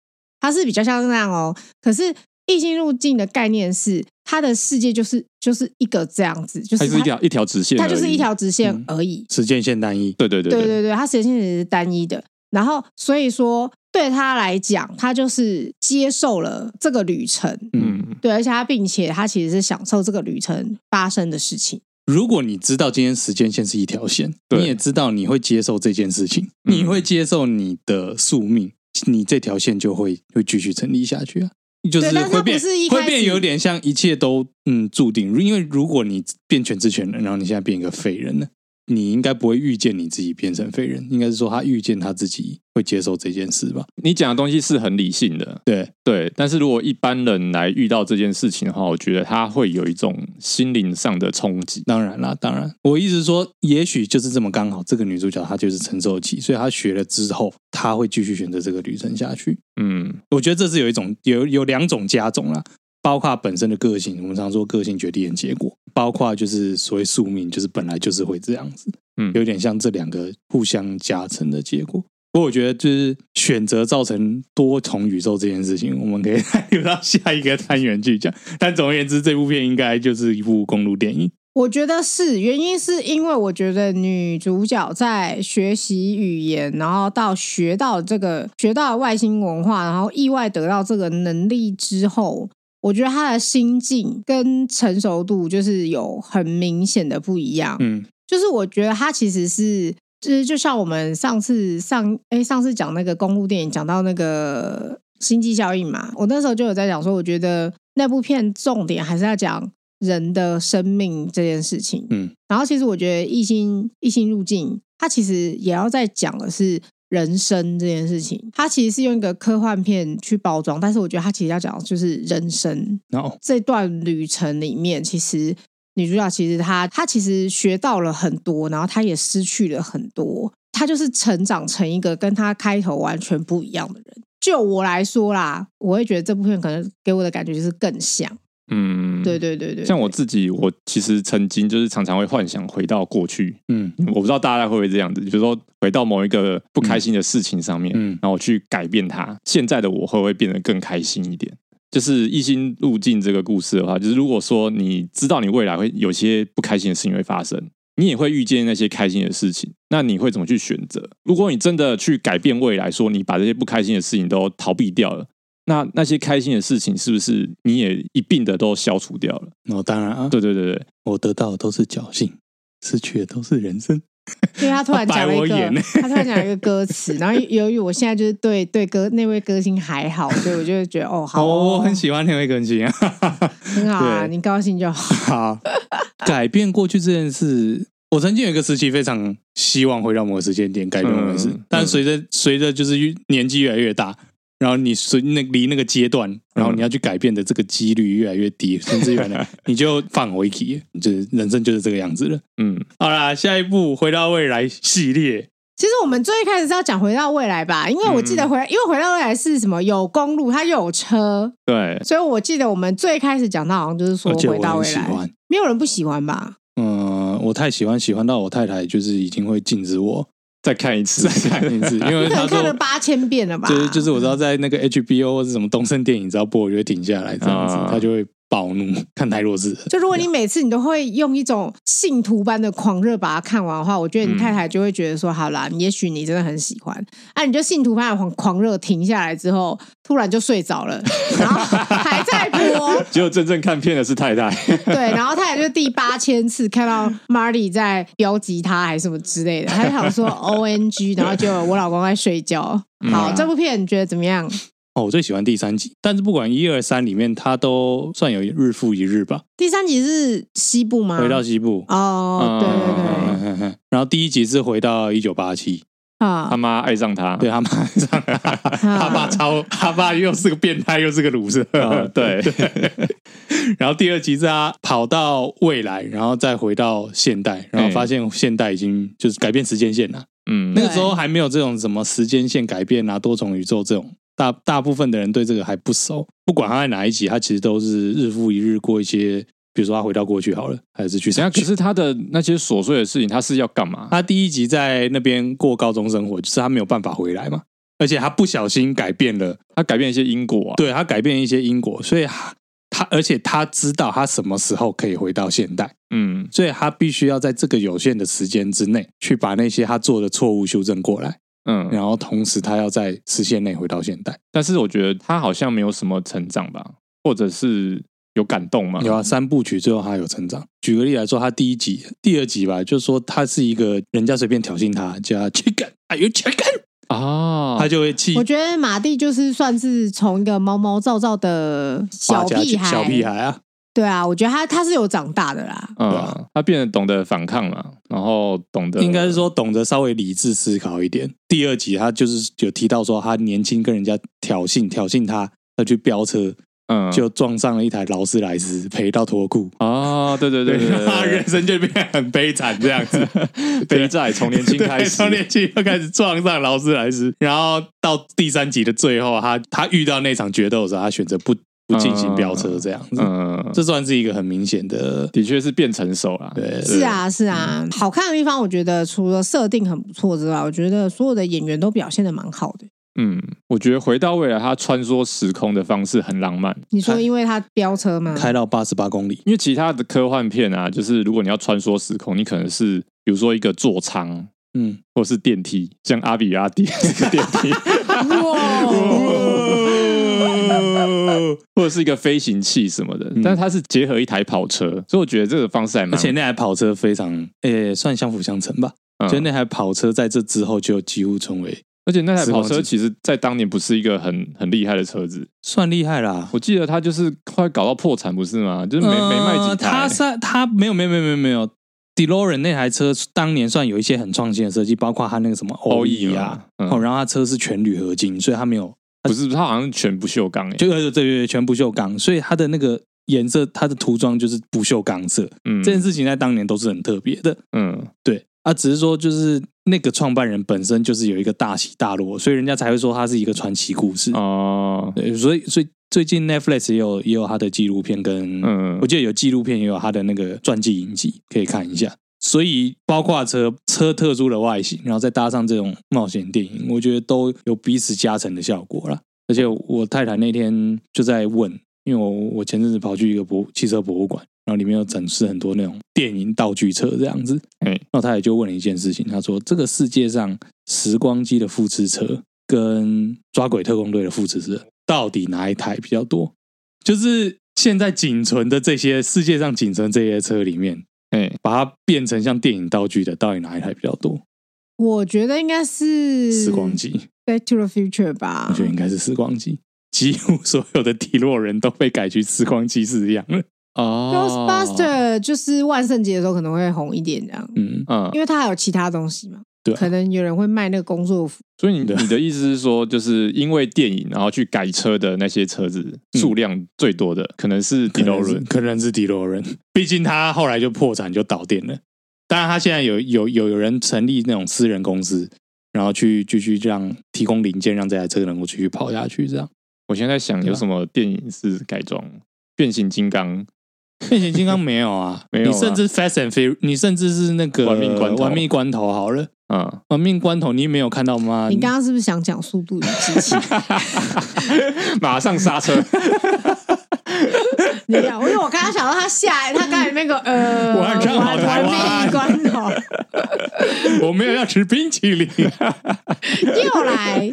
Speaker 2: 它是比较像那样哦。可是异性入境的概念是，它的世界就是就是一个这样子，就
Speaker 3: 它
Speaker 2: 是
Speaker 3: 是一条一条直线而
Speaker 2: 它
Speaker 3: 已，
Speaker 2: 就是一条直线
Speaker 4: 嗯
Speaker 2: 而已。
Speaker 4: 时间线单一，
Speaker 3: 对对对
Speaker 2: 对对对，它时间线是单一的。然后所以说，对他来讲，他就是接受了这个旅程，
Speaker 3: 嗯
Speaker 2: 对，而且他并且他其实是享受这个旅程发生的事情。
Speaker 4: 如果你知道今天时间线是一条线，
Speaker 3: 对
Speaker 4: 你也知道你会接受这件事情，
Speaker 3: 嗯
Speaker 4: 你会接受你的宿命，你这条线就会会继续成立下去啊。就是
Speaker 2: 但是它
Speaker 4: 会变
Speaker 2: 不是一开始
Speaker 4: 会变有点像一切都嗯注定，因为如果你变全知全能，然后你现在变一个废人呢，你应该不会遇见你自己变成废人，应该是说他遇见他自己会接受这件事吧？
Speaker 3: 你讲的东西是很理性的，
Speaker 4: 对，
Speaker 3: 对。但是如果一般人来遇到这件事情的话，我觉得他会有一种心灵上的冲击。
Speaker 4: 当然啦，当然，我一直说，也许就是这么刚好，这个女主角她就是承受期，所以她学了之后，她会继续选择这个旅程下去。
Speaker 3: 嗯
Speaker 4: 我觉得这是有一种有有两种加种啦，包括本身的个性，我们常说个性决定的结果，包括就是所谓宿命，就是本来就是会这样子，
Speaker 3: 嗯，
Speaker 4: 有点像这两个互相加成的结果。不过我觉得就是选择造成多重宇宙这件事情，我们可以 留到下一个单元去讲。但总而言之，这部片应该就是一部公路电影。
Speaker 2: 我觉得是原因，是因为我觉得女主角在学习语言，然后到学到这个学到了外星文化，然后意外得到这个能力之后，我觉得她的心境跟成熟度就是有很明显的不一样。
Speaker 4: 嗯
Speaker 2: 就是我觉得她其实是，就是就像我们上次上哎上次讲那个公路电影，讲到那个星际效应嘛，我那时候就有在讲说，我觉得那部片重点还是要讲人的生命这件事情。
Speaker 4: 嗯，
Speaker 2: 然后其实我觉得一心一心入境，它其实也要在讲的是。人生这件事情，它其实是用一个科幻片去包装，但是我觉得它其实要讲的就是人生，
Speaker 4: 然后
Speaker 2: 这段旅程里面，其实女主角其实她她其实学到了很多，然后她也失去了很多，她就是成长成一个跟她开头完全不一样的人。就我来说啦，我会觉得这部片可能给我的感觉就是更像，
Speaker 3: 嗯，
Speaker 2: 对对对对，
Speaker 3: 像我自己，我其实曾经就是常常会幻想回到过去，
Speaker 4: 嗯
Speaker 3: 我不知道大家会不会这样子，比如说回到某一个不开心的事情上面，
Speaker 4: 嗯
Speaker 3: 然后我去改变它，现在的我会不会变得更开心一点？就是一心入境这个故事的话，就是如果说你知道你未来会有些不开心的事情会发生，你也会遇见那些开心的事情，那你会怎么去选择？如果你真的去改变未来，说你把这些不开心的事情都逃避掉了，那那些开心的事情是不是你也一并的都消除掉了？
Speaker 4: 然后当然啊，
Speaker 3: 对对对对，
Speaker 4: 我得到的都是侥幸，失去的都是人生。
Speaker 2: 因为她突然讲了一
Speaker 4: 白我眼
Speaker 2: 个，她突然讲了一个歌词，然 后由于我现在就是对对歌那位歌星还好，所以我就会觉得哦，好
Speaker 4: 哦，
Speaker 2: 哦
Speaker 4: 我很喜欢那位更新啊。
Speaker 2: 很好啊，
Speaker 4: 对
Speaker 2: 你高兴就好。
Speaker 4: 好， 改变过去这件事，我曾经有一个时期非常希望回到某个时间点改变某件事，
Speaker 3: 嗯
Speaker 4: 但随着随着就是越年纪越来越大，然后你随那离那个阶段，然后你要去改变的这个几率越来越低，甚至越来 越你就放回去，就是人生就是这个样子了。
Speaker 3: 嗯，
Speaker 4: 好啦，下一步回到未来系列，
Speaker 2: 其实我们最一开始是要讲回到未来吧，因为我记
Speaker 4: 嗯
Speaker 2: 得回来，因为回到未来是什么？有公路，它又有车，
Speaker 3: 对，
Speaker 2: 所以我记得我们最开始讲到好像就是说
Speaker 4: 而且
Speaker 2: 回
Speaker 4: 我
Speaker 2: 到
Speaker 4: 很
Speaker 2: 未
Speaker 4: 喜
Speaker 2: 来，
Speaker 4: 欢。
Speaker 2: 没有人不喜欢吧？
Speaker 4: 嗯，我太喜欢，喜欢到我太太就是已经会禁止我
Speaker 3: 再看一次，
Speaker 4: 再看一次，因为
Speaker 2: 可
Speaker 4: 她
Speaker 2: 能看了
Speaker 4: 说。
Speaker 2: 八千遍了吧？
Speaker 4: 就是就是，我知道在那个 HBO 或者什么东森电影，只要播我就会停下来，这样子，
Speaker 3: 啊
Speaker 4: 她就会暴怒，看太弱智了。
Speaker 2: 就如果你每次你都会用一种信徒般的狂热把它看完的话，我觉得你
Speaker 4: 嗯
Speaker 2: 太太就会觉得说：“好啦，也许你真的很喜欢。”啊，你就信徒般的狂狂热停下来之后，突然就睡着了，然后还在播，
Speaker 3: 结果真正看片的是太 太，
Speaker 2: 对，然后太太就第八千次看到 Marty 在飙吉他还是什么之类的，他就想 说 “O N G”，然后就我老公在睡觉。
Speaker 4: 嗯
Speaker 2: 好，这部片你觉得怎么样？
Speaker 4: 哦，我最喜欢第三集，但是不管一二三里面，它都算有日复一日吧。
Speaker 2: 第三集是西部吗？
Speaker 4: 回到西部，
Speaker 2: 哦，对对对，
Speaker 4: 嗯哼哼然后第一集是回到一九八七，
Speaker 2: 啊
Speaker 3: 他，妈爱上他，
Speaker 4: 对他妈上，嗯 他
Speaker 2: 嗯
Speaker 4: 爸超，他爸又是个变态，又是个卤蛇，
Speaker 3: 啊 对，
Speaker 4: 然后第二集是他跑到未来，然后再回到现代，然后发现现代已经就是改变时间线了。
Speaker 3: 嗯
Speaker 4: 那
Speaker 2: 对
Speaker 4: 个时候还没有这种什么时间线改变啊、多重宇宙这种，大大部分的人对这个还不熟。不管他在哪一集，他其实都是日复一日过一些，比如说他回到过去好了，还是去
Speaker 3: 等一下，
Speaker 4: 上
Speaker 3: 可
Speaker 4: 学。
Speaker 3: 是他的那些琐碎的事情，他是要干嘛？
Speaker 4: 他第一集在那边过高中生活，就是他没有办法回来嘛，而且他不小心改变了
Speaker 3: 他改变一些因果啊。
Speaker 4: 对他改变一些因果，所以他他而且他知道他什么时候可以回到现代，
Speaker 3: 嗯，
Speaker 4: 所以他必须要在这个有限的时间之内去把那些他做的错误修正过来，
Speaker 3: 嗯，
Speaker 4: 然后同时他要在时限内回到现代。
Speaker 3: 但是我觉得他好像没有什么成长吧，或者是有感动吗？
Speaker 4: 有啊，三部曲最后他有成长。举个例来说，他第一集、第二集吧，就说他是一个人家随便挑衅他，叫他 chicken，are you chicken？
Speaker 3: 啊，
Speaker 4: 他就会气
Speaker 2: 我觉得马蒂就是算是从一个毛毛躁躁的
Speaker 4: 发
Speaker 2: 小
Speaker 4: 家
Speaker 2: 屁孩，
Speaker 4: 小屁，孩啊，
Speaker 2: 对啊，我觉得他他是有长大的啦。
Speaker 4: 对
Speaker 3: 嗯
Speaker 4: 啊，
Speaker 3: 他变得懂得反抗嘛，然后懂得
Speaker 4: 应该是说懂得稍微理智思考一点。第二集他就是有提到说他年轻跟人家挑衅，挑衅他，他去飙车，
Speaker 3: 嗯
Speaker 4: 就撞上了一台劳斯莱斯，赔到脱裤。
Speaker 3: 啊，对对对对对
Speaker 4: 他
Speaker 3: 对
Speaker 4: 人生就变得很悲惨这样 子。啊
Speaker 3: 对，背债从年轻 开
Speaker 4: 对
Speaker 3: 始
Speaker 4: 从，年轻就开始撞上劳斯莱斯，然后到第三集的最后，他他遇到那场决斗的时候，他选择不不进行飙车这样子，
Speaker 3: 嗯，
Speaker 4: 这算是一个很明显的
Speaker 3: 的确是变成熟了。
Speaker 4: 对嗯
Speaker 2: 是啊，是啊，好看的地方，我觉得除了设定很不错之外，我觉得所有的演员都表现的蛮好的。
Speaker 3: 嗯，我觉得回到未来，他穿梭时空的方式很浪漫。
Speaker 2: 你说因为他飙车吗？
Speaker 4: 开到八十八公里。
Speaker 3: 因为其他的科幻片啊，就是如果你要穿梭时空，你可能是比如说一个座舱，
Speaker 4: 嗯，
Speaker 3: 或是电梯，像阿比阿迪这个电梯，
Speaker 2: 哦
Speaker 4: 哦
Speaker 2: 哇，
Speaker 3: 或者是一个飞行器什么的，但是它是结合一台跑车，所以我觉得这个方式还蛮
Speaker 4: 嗯而且那台跑车非常，诶、算相辅相成吧。
Speaker 3: 嗯
Speaker 4: 所以那台跑车在这之后就几乎成为
Speaker 3: 而且那台跑
Speaker 4: 时光机
Speaker 3: 车其实在当年不是一个很很厉害的车子，
Speaker 4: 算厉害啦。
Speaker 3: 我记得它就是快搞到破产，不是吗？就是没、没卖
Speaker 4: 呃
Speaker 3: 几台
Speaker 4: 他，算他没有没有没有没有没有。DeLorean 那台车当年算有一些很创新的设计，包括它那个什么
Speaker 3: OE
Speaker 4: OE 啊，
Speaker 3: 嘛嗯
Speaker 4: 哦，然后它车是全铝合金，所以它没有
Speaker 3: 不是它好像全不锈钢诶、欸
Speaker 4: 就呃对对对全不锈钢，所以它的那个颜色，它的涂装就是不锈钢色。
Speaker 3: 嗯
Speaker 4: 这件事情在当年都是很特别的，
Speaker 3: 嗯
Speaker 4: 对啊，只是说就是那个创办人本身就是有一个大起大落，所以人家才会说它是一个传奇故事。
Speaker 3: 哦
Speaker 4: 对，所以所以最近 Netflix 也有也有他的纪录片跟
Speaker 3: 嗯
Speaker 4: 我记得有纪录片，也有他的那个传记影集，可以看一下。所以包括车车特殊的外形，然后再搭上这种冒险电影，我觉得都有彼此加成的效果啦。而且我太太那天就在问，因为我我前阵子跑去一个博汽车博物馆，然后里面有展示很多那种电影道具车这样子。
Speaker 3: 哎
Speaker 4: 然后她也就问了一件事情，她说这个世界上时光机的复制车跟抓鬼特工队的复制车到底哪一台比较多？就是现在仅存的这些世界上仅存这些车里面，
Speaker 3: 哎
Speaker 4: 把它变成像电影道具的，到底哪一台比较多？
Speaker 2: 我觉得应该是
Speaker 4: 时光机，
Speaker 2: 《Back to the Future》吧
Speaker 4: 我觉。得应该是时光机。 几乎所有的提洛人都被改去时光机饲养了。
Speaker 2: 《
Speaker 3: 哦
Speaker 2: Ghostbuster》就是万圣节的时候可能会红一点这样，
Speaker 4: 嗯，
Speaker 3: 嗯
Speaker 2: 因，为它还有其他东西嘛。
Speaker 4: 对啊
Speaker 2: 可能有人会卖那个工作服。
Speaker 3: 所以你
Speaker 4: 对
Speaker 3: 你的意思是说，就是因为电影然后去改车的那些车子
Speaker 4: 嗯
Speaker 3: 数量最多的，可能是
Speaker 4: 迪
Speaker 3: 迪罗
Speaker 4: 洛
Speaker 3: 伦
Speaker 4: 人，可能是迪洛人，毕竟他后来就破产就倒店了。当然，他现在有有有有人成立那种私人公司，然后去继续让提供零件，让这台车能够继续跑下去。这样，
Speaker 3: 我现在在想有什么电影是改装变形金刚
Speaker 4: 变形金刚没有啊，
Speaker 3: 没有啊
Speaker 4: 你甚至 Fast and Furious，你甚至是那个
Speaker 3: 玩命关头
Speaker 4: 玩命关头好了，
Speaker 3: 嗯，
Speaker 4: 玩命关头啊你没有看到吗？
Speaker 2: 你刚刚是不是想讲《速度与激情》？
Speaker 3: 马上刹车，
Speaker 2: 你讲，因为我刚刚想到他下，他刚才那个呃，
Speaker 4: 我要站好台湾啊
Speaker 2: 玩命关头
Speaker 4: 我没有要吃冰淇 淋。
Speaker 2: 又来，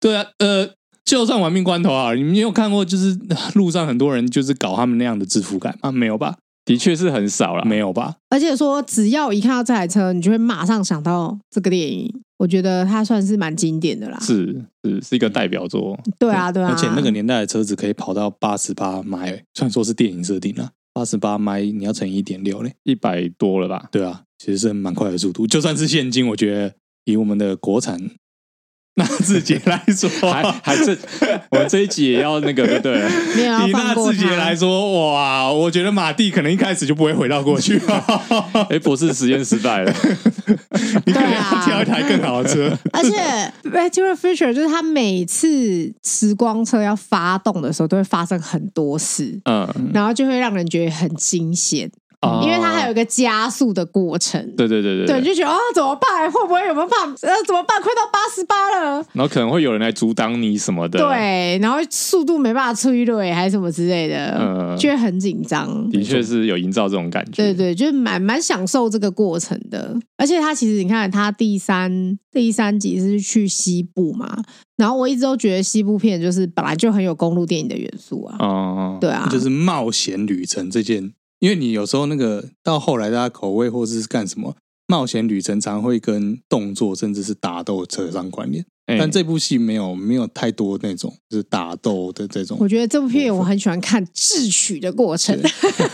Speaker 4: 对啊，呃，就算玩命关头啊，你们有看过就是呃路上很多人就是搞他们那样的制服感啊？没有吧？
Speaker 3: 的确是很少啦。
Speaker 4: 没有吧？
Speaker 2: 而且说只要一看到这台车，你就会马上想到这个电影。我觉得它算是蛮经典的啦。
Speaker 3: 是是是一个代表作，
Speaker 2: 对啊，对啊，
Speaker 4: 而且那个年代的车子可以跑到八十八迈，虽然说是电影设定啊，八十八迈你要乘以一点六嘞。
Speaker 3: 一百多了吧？
Speaker 4: 对啊，其实是蛮快的速度，就算是现今，我觉得以我们的国产 纳智捷来说，
Speaker 3: 还还是我们这一集也要那个对不对？
Speaker 2: 没有要
Speaker 4: 以
Speaker 2: 放
Speaker 4: 纳
Speaker 2: 过
Speaker 4: 智捷来
Speaker 2: 它。
Speaker 4: 说，哇，我觉得马蒂可能一开始就不会回到过 去，
Speaker 3: 哎，博士实验失败了，
Speaker 4: 你可能
Speaker 2: 对
Speaker 4: 要
Speaker 2: 啊
Speaker 4: 挑一台更好的 车。
Speaker 2: 而且 Back to the Future 就是它每次时光车要发动的时候，都会发生很多事，
Speaker 3: 嗯，
Speaker 2: 然后就会让人觉得很惊险，
Speaker 3: 哦
Speaker 2: 因为它还有一个加速的过程。
Speaker 3: 对对对
Speaker 2: 对，你就觉得啊、怎么办？会不会有没有办？呃，怎么办？快到八十八了。
Speaker 3: 然后可能会有人来阻挡你什么的，，
Speaker 2: 对，然后速度没办法催泪，还是什么之类的，
Speaker 3: 嗯
Speaker 2: 就会很紧张。
Speaker 3: 的确是有营造这种感觉，
Speaker 2: 对对，就是蛮蛮享受这个过程的。而且他其实你看，他第三第三集是去西部嘛，然后我一直都觉得西部片就是本来就很有公路电影的元素啊。
Speaker 3: 哦，
Speaker 2: 对啊，
Speaker 4: 就是冒险旅程这件，因为你有时候那个到后来大家口味或是干什么，冒险旅程常会跟动作甚至是打斗扯上关联，
Speaker 3: 哎
Speaker 4: 但这部戏没有没有太多那种就是打斗的这种
Speaker 2: 我。觉得这部片我很喜欢看智取的过程，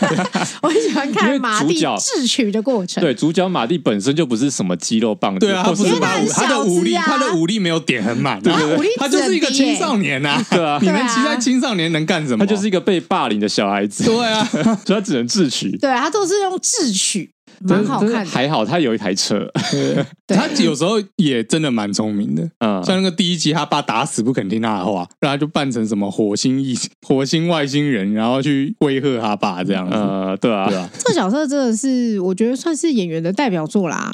Speaker 2: 我很喜欢
Speaker 3: 因为
Speaker 2: 看马
Speaker 3: 主
Speaker 2: 蒂
Speaker 3: 角
Speaker 2: 智取的过程。
Speaker 3: 对，主角马蒂本身就不是什么肌肉棒子，
Speaker 4: 对啊，他
Speaker 3: 或
Speaker 4: 不是
Speaker 3: 是
Speaker 2: 因为他
Speaker 4: 把
Speaker 2: 很
Speaker 4: 武他的
Speaker 2: 小
Speaker 4: 武力，
Speaker 2: 只啊
Speaker 4: 他的武力没有点很满，啊对
Speaker 2: 他
Speaker 4: 不
Speaker 2: 武力
Speaker 4: 对？他就是一个
Speaker 2: 整敌耶
Speaker 4: 青少年呐，
Speaker 3: 对啊
Speaker 4: 你能
Speaker 2: 对啊
Speaker 4: 期待青少年能干什么？
Speaker 3: 他就是一个被霸凌的小孩子，
Speaker 4: 对啊，
Speaker 3: 所以他只能自取。
Speaker 2: 对，啊他都是用智取，蛮
Speaker 3: 但是
Speaker 2: 好
Speaker 3: 但是
Speaker 2: 看的。
Speaker 3: 还好他有一台车，
Speaker 2: 对
Speaker 4: 他有时候也真的蛮聪明的。
Speaker 3: 嗯，
Speaker 4: 像那个第一集，他爸打死不肯听他的话，然后他就扮成什么火星异、 火星外星人，然后去威吓他爸这样子。
Speaker 3: 呃，对啊
Speaker 4: 对，啊，
Speaker 2: 这个角色真的是，我觉得算是演员的代表作啦。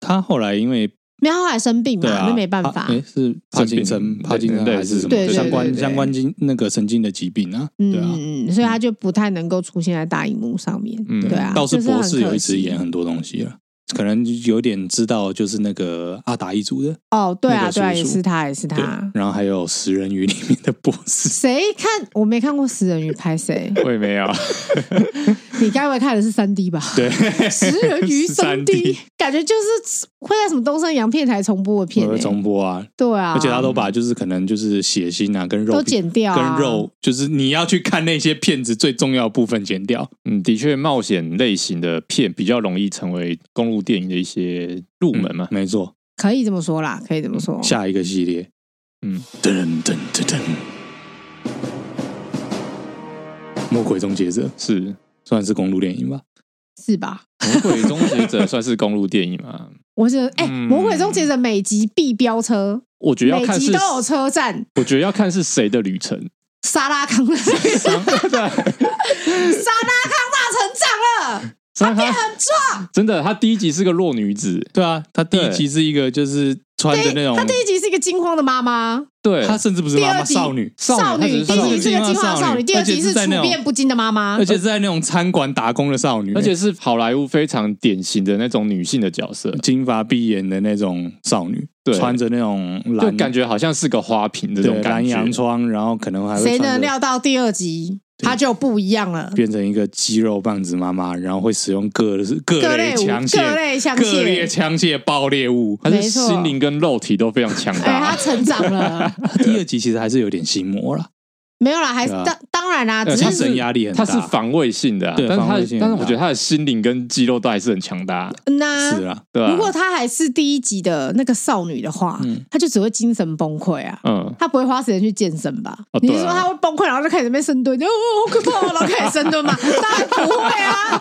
Speaker 4: 他后来因为
Speaker 2: 没有，他后来生病嘛，
Speaker 4: 对啊，
Speaker 2: 那没办
Speaker 4: 他
Speaker 2: 法。
Speaker 4: 诶是帕金森、
Speaker 3: 生病
Speaker 4: 帕金森
Speaker 3: 对
Speaker 4: 还是什
Speaker 2: 对对
Speaker 4: 么
Speaker 2: 对
Speaker 4: 相关
Speaker 2: 对
Speaker 4: 相关经那个神经的疾病啊？
Speaker 2: 嗯
Speaker 4: 对啊，
Speaker 2: 嗯嗯，所以他就不太能够出现在大荧幕上面。
Speaker 3: 嗯
Speaker 2: 对啊，
Speaker 4: 倒是
Speaker 2: 就是
Speaker 4: 博士
Speaker 2: 很可
Speaker 4: 有一直
Speaker 2: 惜
Speaker 4: 演很多东西了，可能有点知道就是那个阿达一族的，
Speaker 2: 哦，对
Speaker 4: 那
Speaker 2: 啊，
Speaker 4: 个
Speaker 2: 对啊，
Speaker 4: 叔
Speaker 2: 也
Speaker 4: 叔
Speaker 2: 是他，也是
Speaker 4: 对
Speaker 2: 他，。
Speaker 4: 然后还有《食人鱼》里面的博 士，
Speaker 2: 谁看？我没看过《食人鱼》拍谁？
Speaker 3: 我也没有，
Speaker 2: 你该不会看的是三 D 吧？
Speaker 4: 对，
Speaker 2: 食人 鱼三 D，感觉就是会在什么东森洋片台重播的片、
Speaker 4: 有
Speaker 2: 欸。
Speaker 4: 重播啊，
Speaker 2: 对啊，
Speaker 4: 而且他都把就是可能就是血腥啊跟肉
Speaker 2: 都剪掉、啊，
Speaker 4: 跟肉，就是你要去看那些片子最重要的部分剪掉。
Speaker 3: 嗯，的确，冒险类型的片比较容易成为公路电影的一些入门嘛。
Speaker 4: 嗯没错，
Speaker 2: 可以这么说啦，可以这么说。
Speaker 4: 下一个系列，
Speaker 3: 嗯，
Speaker 4: 噔噔噔噔，魔鬼终结者
Speaker 3: 是
Speaker 4: 算是公路电影吧？
Speaker 2: 是吧？
Speaker 3: 《魔鬼终结者》算是公路电影嘛？
Speaker 2: 我觉得，哎、
Speaker 3: 嗯
Speaker 2: 魔鬼终结者》每集必飙车，
Speaker 3: 我觉得要
Speaker 2: 每
Speaker 3: 看
Speaker 2: 集
Speaker 3: 是
Speaker 2: 都，有车站。
Speaker 3: 我觉得要看是谁的旅程。
Speaker 2: 沙拉康的沙拉康
Speaker 3: 对，
Speaker 2: 大成长了，
Speaker 3: 他变很壮，真的，她第一集是个弱女子，
Speaker 4: 对啊，他第一集是一个就是穿着那种
Speaker 2: 他，第一集是一个惊慌的妈妈，
Speaker 3: 对，
Speaker 4: 他甚至不是妈
Speaker 2: 第
Speaker 4: 妈
Speaker 2: 二集
Speaker 4: 少女，
Speaker 3: 少
Speaker 2: 女，
Speaker 3: 她
Speaker 2: 第
Speaker 3: 只
Speaker 2: 一集是个惊慌
Speaker 3: 是少女
Speaker 2: 的少
Speaker 4: 而且
Speaker 2: 女，第二集
Speaker 4: 是
Speaker 2: 是
Speaker 4: 在那
Speaker 2: 处
Speaker 4: 种
Speaker 2: 变不惊的妈妈
Speaker 4: 而。且是在那种餐馆打工的少女，
Speaker 3: 而且是好莱坞非常典型的那种女性的角色，
Speaker 4: 金发碧眼的那种少女，
Speaker 3: 对
Speaker 4: 穿着那种
Speaker 3: 就
Speaker 4: 蓝
Speaker 3: 感觉好像是个花瓶这
Speaker 4: 对
Speaker 3: 种感
Speaker 4: 蓝
Speaker 3: 觉。
Speaker 4: 洋装，然后可能还会
Speaker 2: 谁
Speaker 4: 穿
Speaker 2: 能
Speaker 4: 着
Speaker 2: 料到第二集他就不一样了，
Speaker 4: 变成一个肌肉棒子妈妈，然后会使用各各
Speaker 2: 各
Speaker 4: 类
Speaker 2: 类武
Speaker 4: 枪械、
Speaker 2: 各类枪械
Speaker 4: 各类枪械爆裂物。
Speaker 3: 她是
Speaker 2: 没错
Speaker 3: 心灵跟肉体都非常强
Speaker 2: 哎，他
Speaker 3: 大，
Speaker 2: 成长了，
Speaker 4: 第二集其实还是有点心魔啦，
Speaker 2: 没有啦，还是
Speaker 4: 对啊
Speaker 2: 当当然啦，只
Speaker 3: 对
Speaker 4: 精
Speaker 3: 她
Speaker 2: 是
Speaker 4: 神压力很
Speaker 3: 她
Speaker 4: 大。
Speaker 3: 是防卫性的啊，
Speaker 4: 对
Speaker 3: 但是
Speaker 4: 防
Speaker 3: 她
Speaker 4: 卫性很，
Speaker 3: 但是我
Speaker 4: 大
Speaker 3: 觉得她的心灵跟肌肉都还是很强大，
Speaker 2: 那
Speaker 4: 是啊啦，
Speaker 3: 对吧？
Speaker 2: 如果她还是第一集的那个少女的话
Speaker 4: 嗯，
Speaker 2: 她就只会精神崩溃啊。
Speaker 3: 嗯，
Speaker 2: 她不会花时间去健身吧？
Speaker 3: 哦
Speaker 2: 你
Speaker 3: 对啊
Speaker 2: 是说她会崩溃，然后就开始在那边深蹲，就哦好可怕哦，然后开始深蹲嘛？当然不会啊，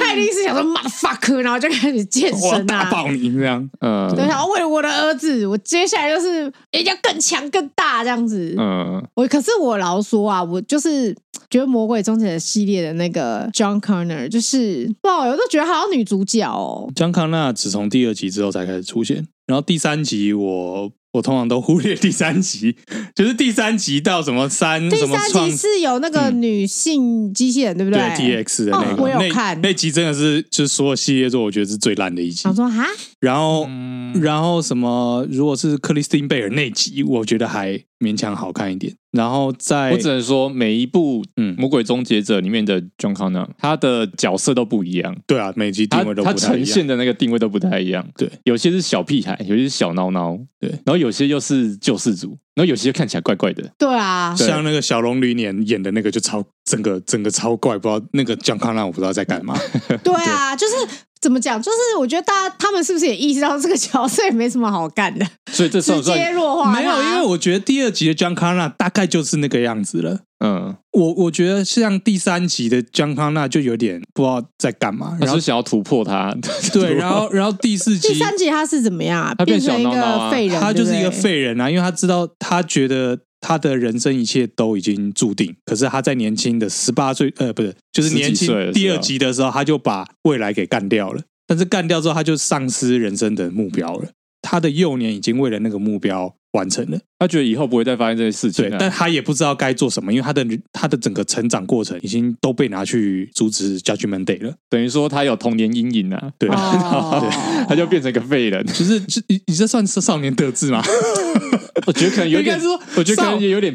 Speaker 2: 他一定是想说 mother fuck，然后就开始健
Speaker 4: 我要
Speaker 2: 身
Speaker 4: 打
Speaker 2: 啊。
Speaker 4: 爆你这样。
Speaker 3: 嗯
Speaker 2: 对，想要为了我的儿子，我接下来就是一定要更强、更大这样子。
Speaker 3: 嗯
Speaker 2: 我可是我老实说啊，我就是觉得《魔鬼终结者》系列的那个 John Connor，就是哇，我都觉得她好像女主角哦。
Speaker 4: 江康纳只从第二集之后才开始出现，然后第三集我我通常都忽略第三集，就是第三集到什么三
Speaker 2: 第
Speaker 4: 什么
Speaker 2: 三
Speaker 4: 创
Speaker 2: 集是有那个女性机器人，对不
Speaker 4: 对
Speaker 2: 对
Speaker 4: T X 的那
Speaker 2: 哦
Speaker 4: 个，
Speaker 2: 我有
Speaker 4: 那
Speaker 2: 看
Speaker 4: 那集真的是就是所有系列作我觉得是最烂的一集
Speaker 2: 想。说哈，
Speaker 4: 然后、
Speaker 3: 嗯
Speaker 4: 然后什么，如果是克里斯汀贝尔那集，我觉得还勉强好看一点。然后在
Speaker 3: 我只能说每一部
Speaker 4: 嗯
Speaker 3: 《魔鬼终结者》里面的 John Connor，他的角色都不一样。
Speaker 4: 对啊，每集定
Speaker 3: 他
Speaker 4: 位都
Speaker 3: 他
Speaker 4: 不太一
Speaker 3: 呈
Speaker 4: 样。
Speaker 3: 现的那个定位都不太一样。
Speaker 4: 对，
Speaker 3: 有些是小屁孩，有些是小孬孬，
Speaker 4: 对
Speaker 3: 然后有些又是救世主，然后有些看起来怪怪的。
Speaker 2: 对啊，
Speaker 3: 对
Speaker 4: 像那个小龙女演演的那个就超整个整个超怪，不知道那个江康纳我不知道在干 嘛。
Speaker 2: 对啊，就是怎么讲，就是我觉得大家他们是不是也意识到这个角色也没什么好 干的，
Speaker 3: 所以这算
Speaker 2: 直
Speaker 3: 不算？
Speaker 2: 接弱化它？
Speaker 4: 没有，因为我觉得第二集的江康纳大概就是那个样子了。
Speaker 3: 嗯，
Speaker 4: 我我觉得像第三集的江康纳就有点不知道在干嘛，
Speaker 3: 他
Speaker 4: 然
Speaker 3: 是
Speaker 4: 后
Speaker 3: 啊不是想要突破他。
Speaker 4: 对，然后然后第四集
Speaker 2: 第三集他是怎么样啊？
Speaker 3: 他变
Speaker 2: 变成一
Speaker 3: 小孬孬啊
Speaker 2: 个废人，
Speaker 4: 他就是一
Speaker 2: 对
Speaker 4: 个
Speaker 2: 不对。
Speaker 4: 废人啊，因为他知道他觉得他的人生一切都已经注定，可是他在年轻的十八岁，呃，不是，就是年
Speaker 3: 十几岁的时
Speaker 4: 轻第
Speaker 3: 候
Speaker 4: 二集的时候，他就把未来给干掉了。但是干掉之后，他就丧失人生的目标了。他的幼年已经为了那个目标完成了，
Speaker 3: 他觉得以后不会再发生这些事情啊
Speaker 4: 对，
Speaker 3: 了。
Speaker 4: 但他也不知道该做什么，因为他的他的整个成长过程已经都被拿去阻止 Judgment Day 了。
Speaker 3: 等于说他有童年阴影啊，
Speaker 4: 对，
Speaker 2: 哦
Speaker 3: 他就变成一个废人。
Speaker 4: 就是这你你这算是少年得志吗？
Speaker 3: 我觉得可能有
Speaker 4: 应该
Speaker 3: 点
Speaker 4: 是，说，
Speaker 3: 我觉得可能也有点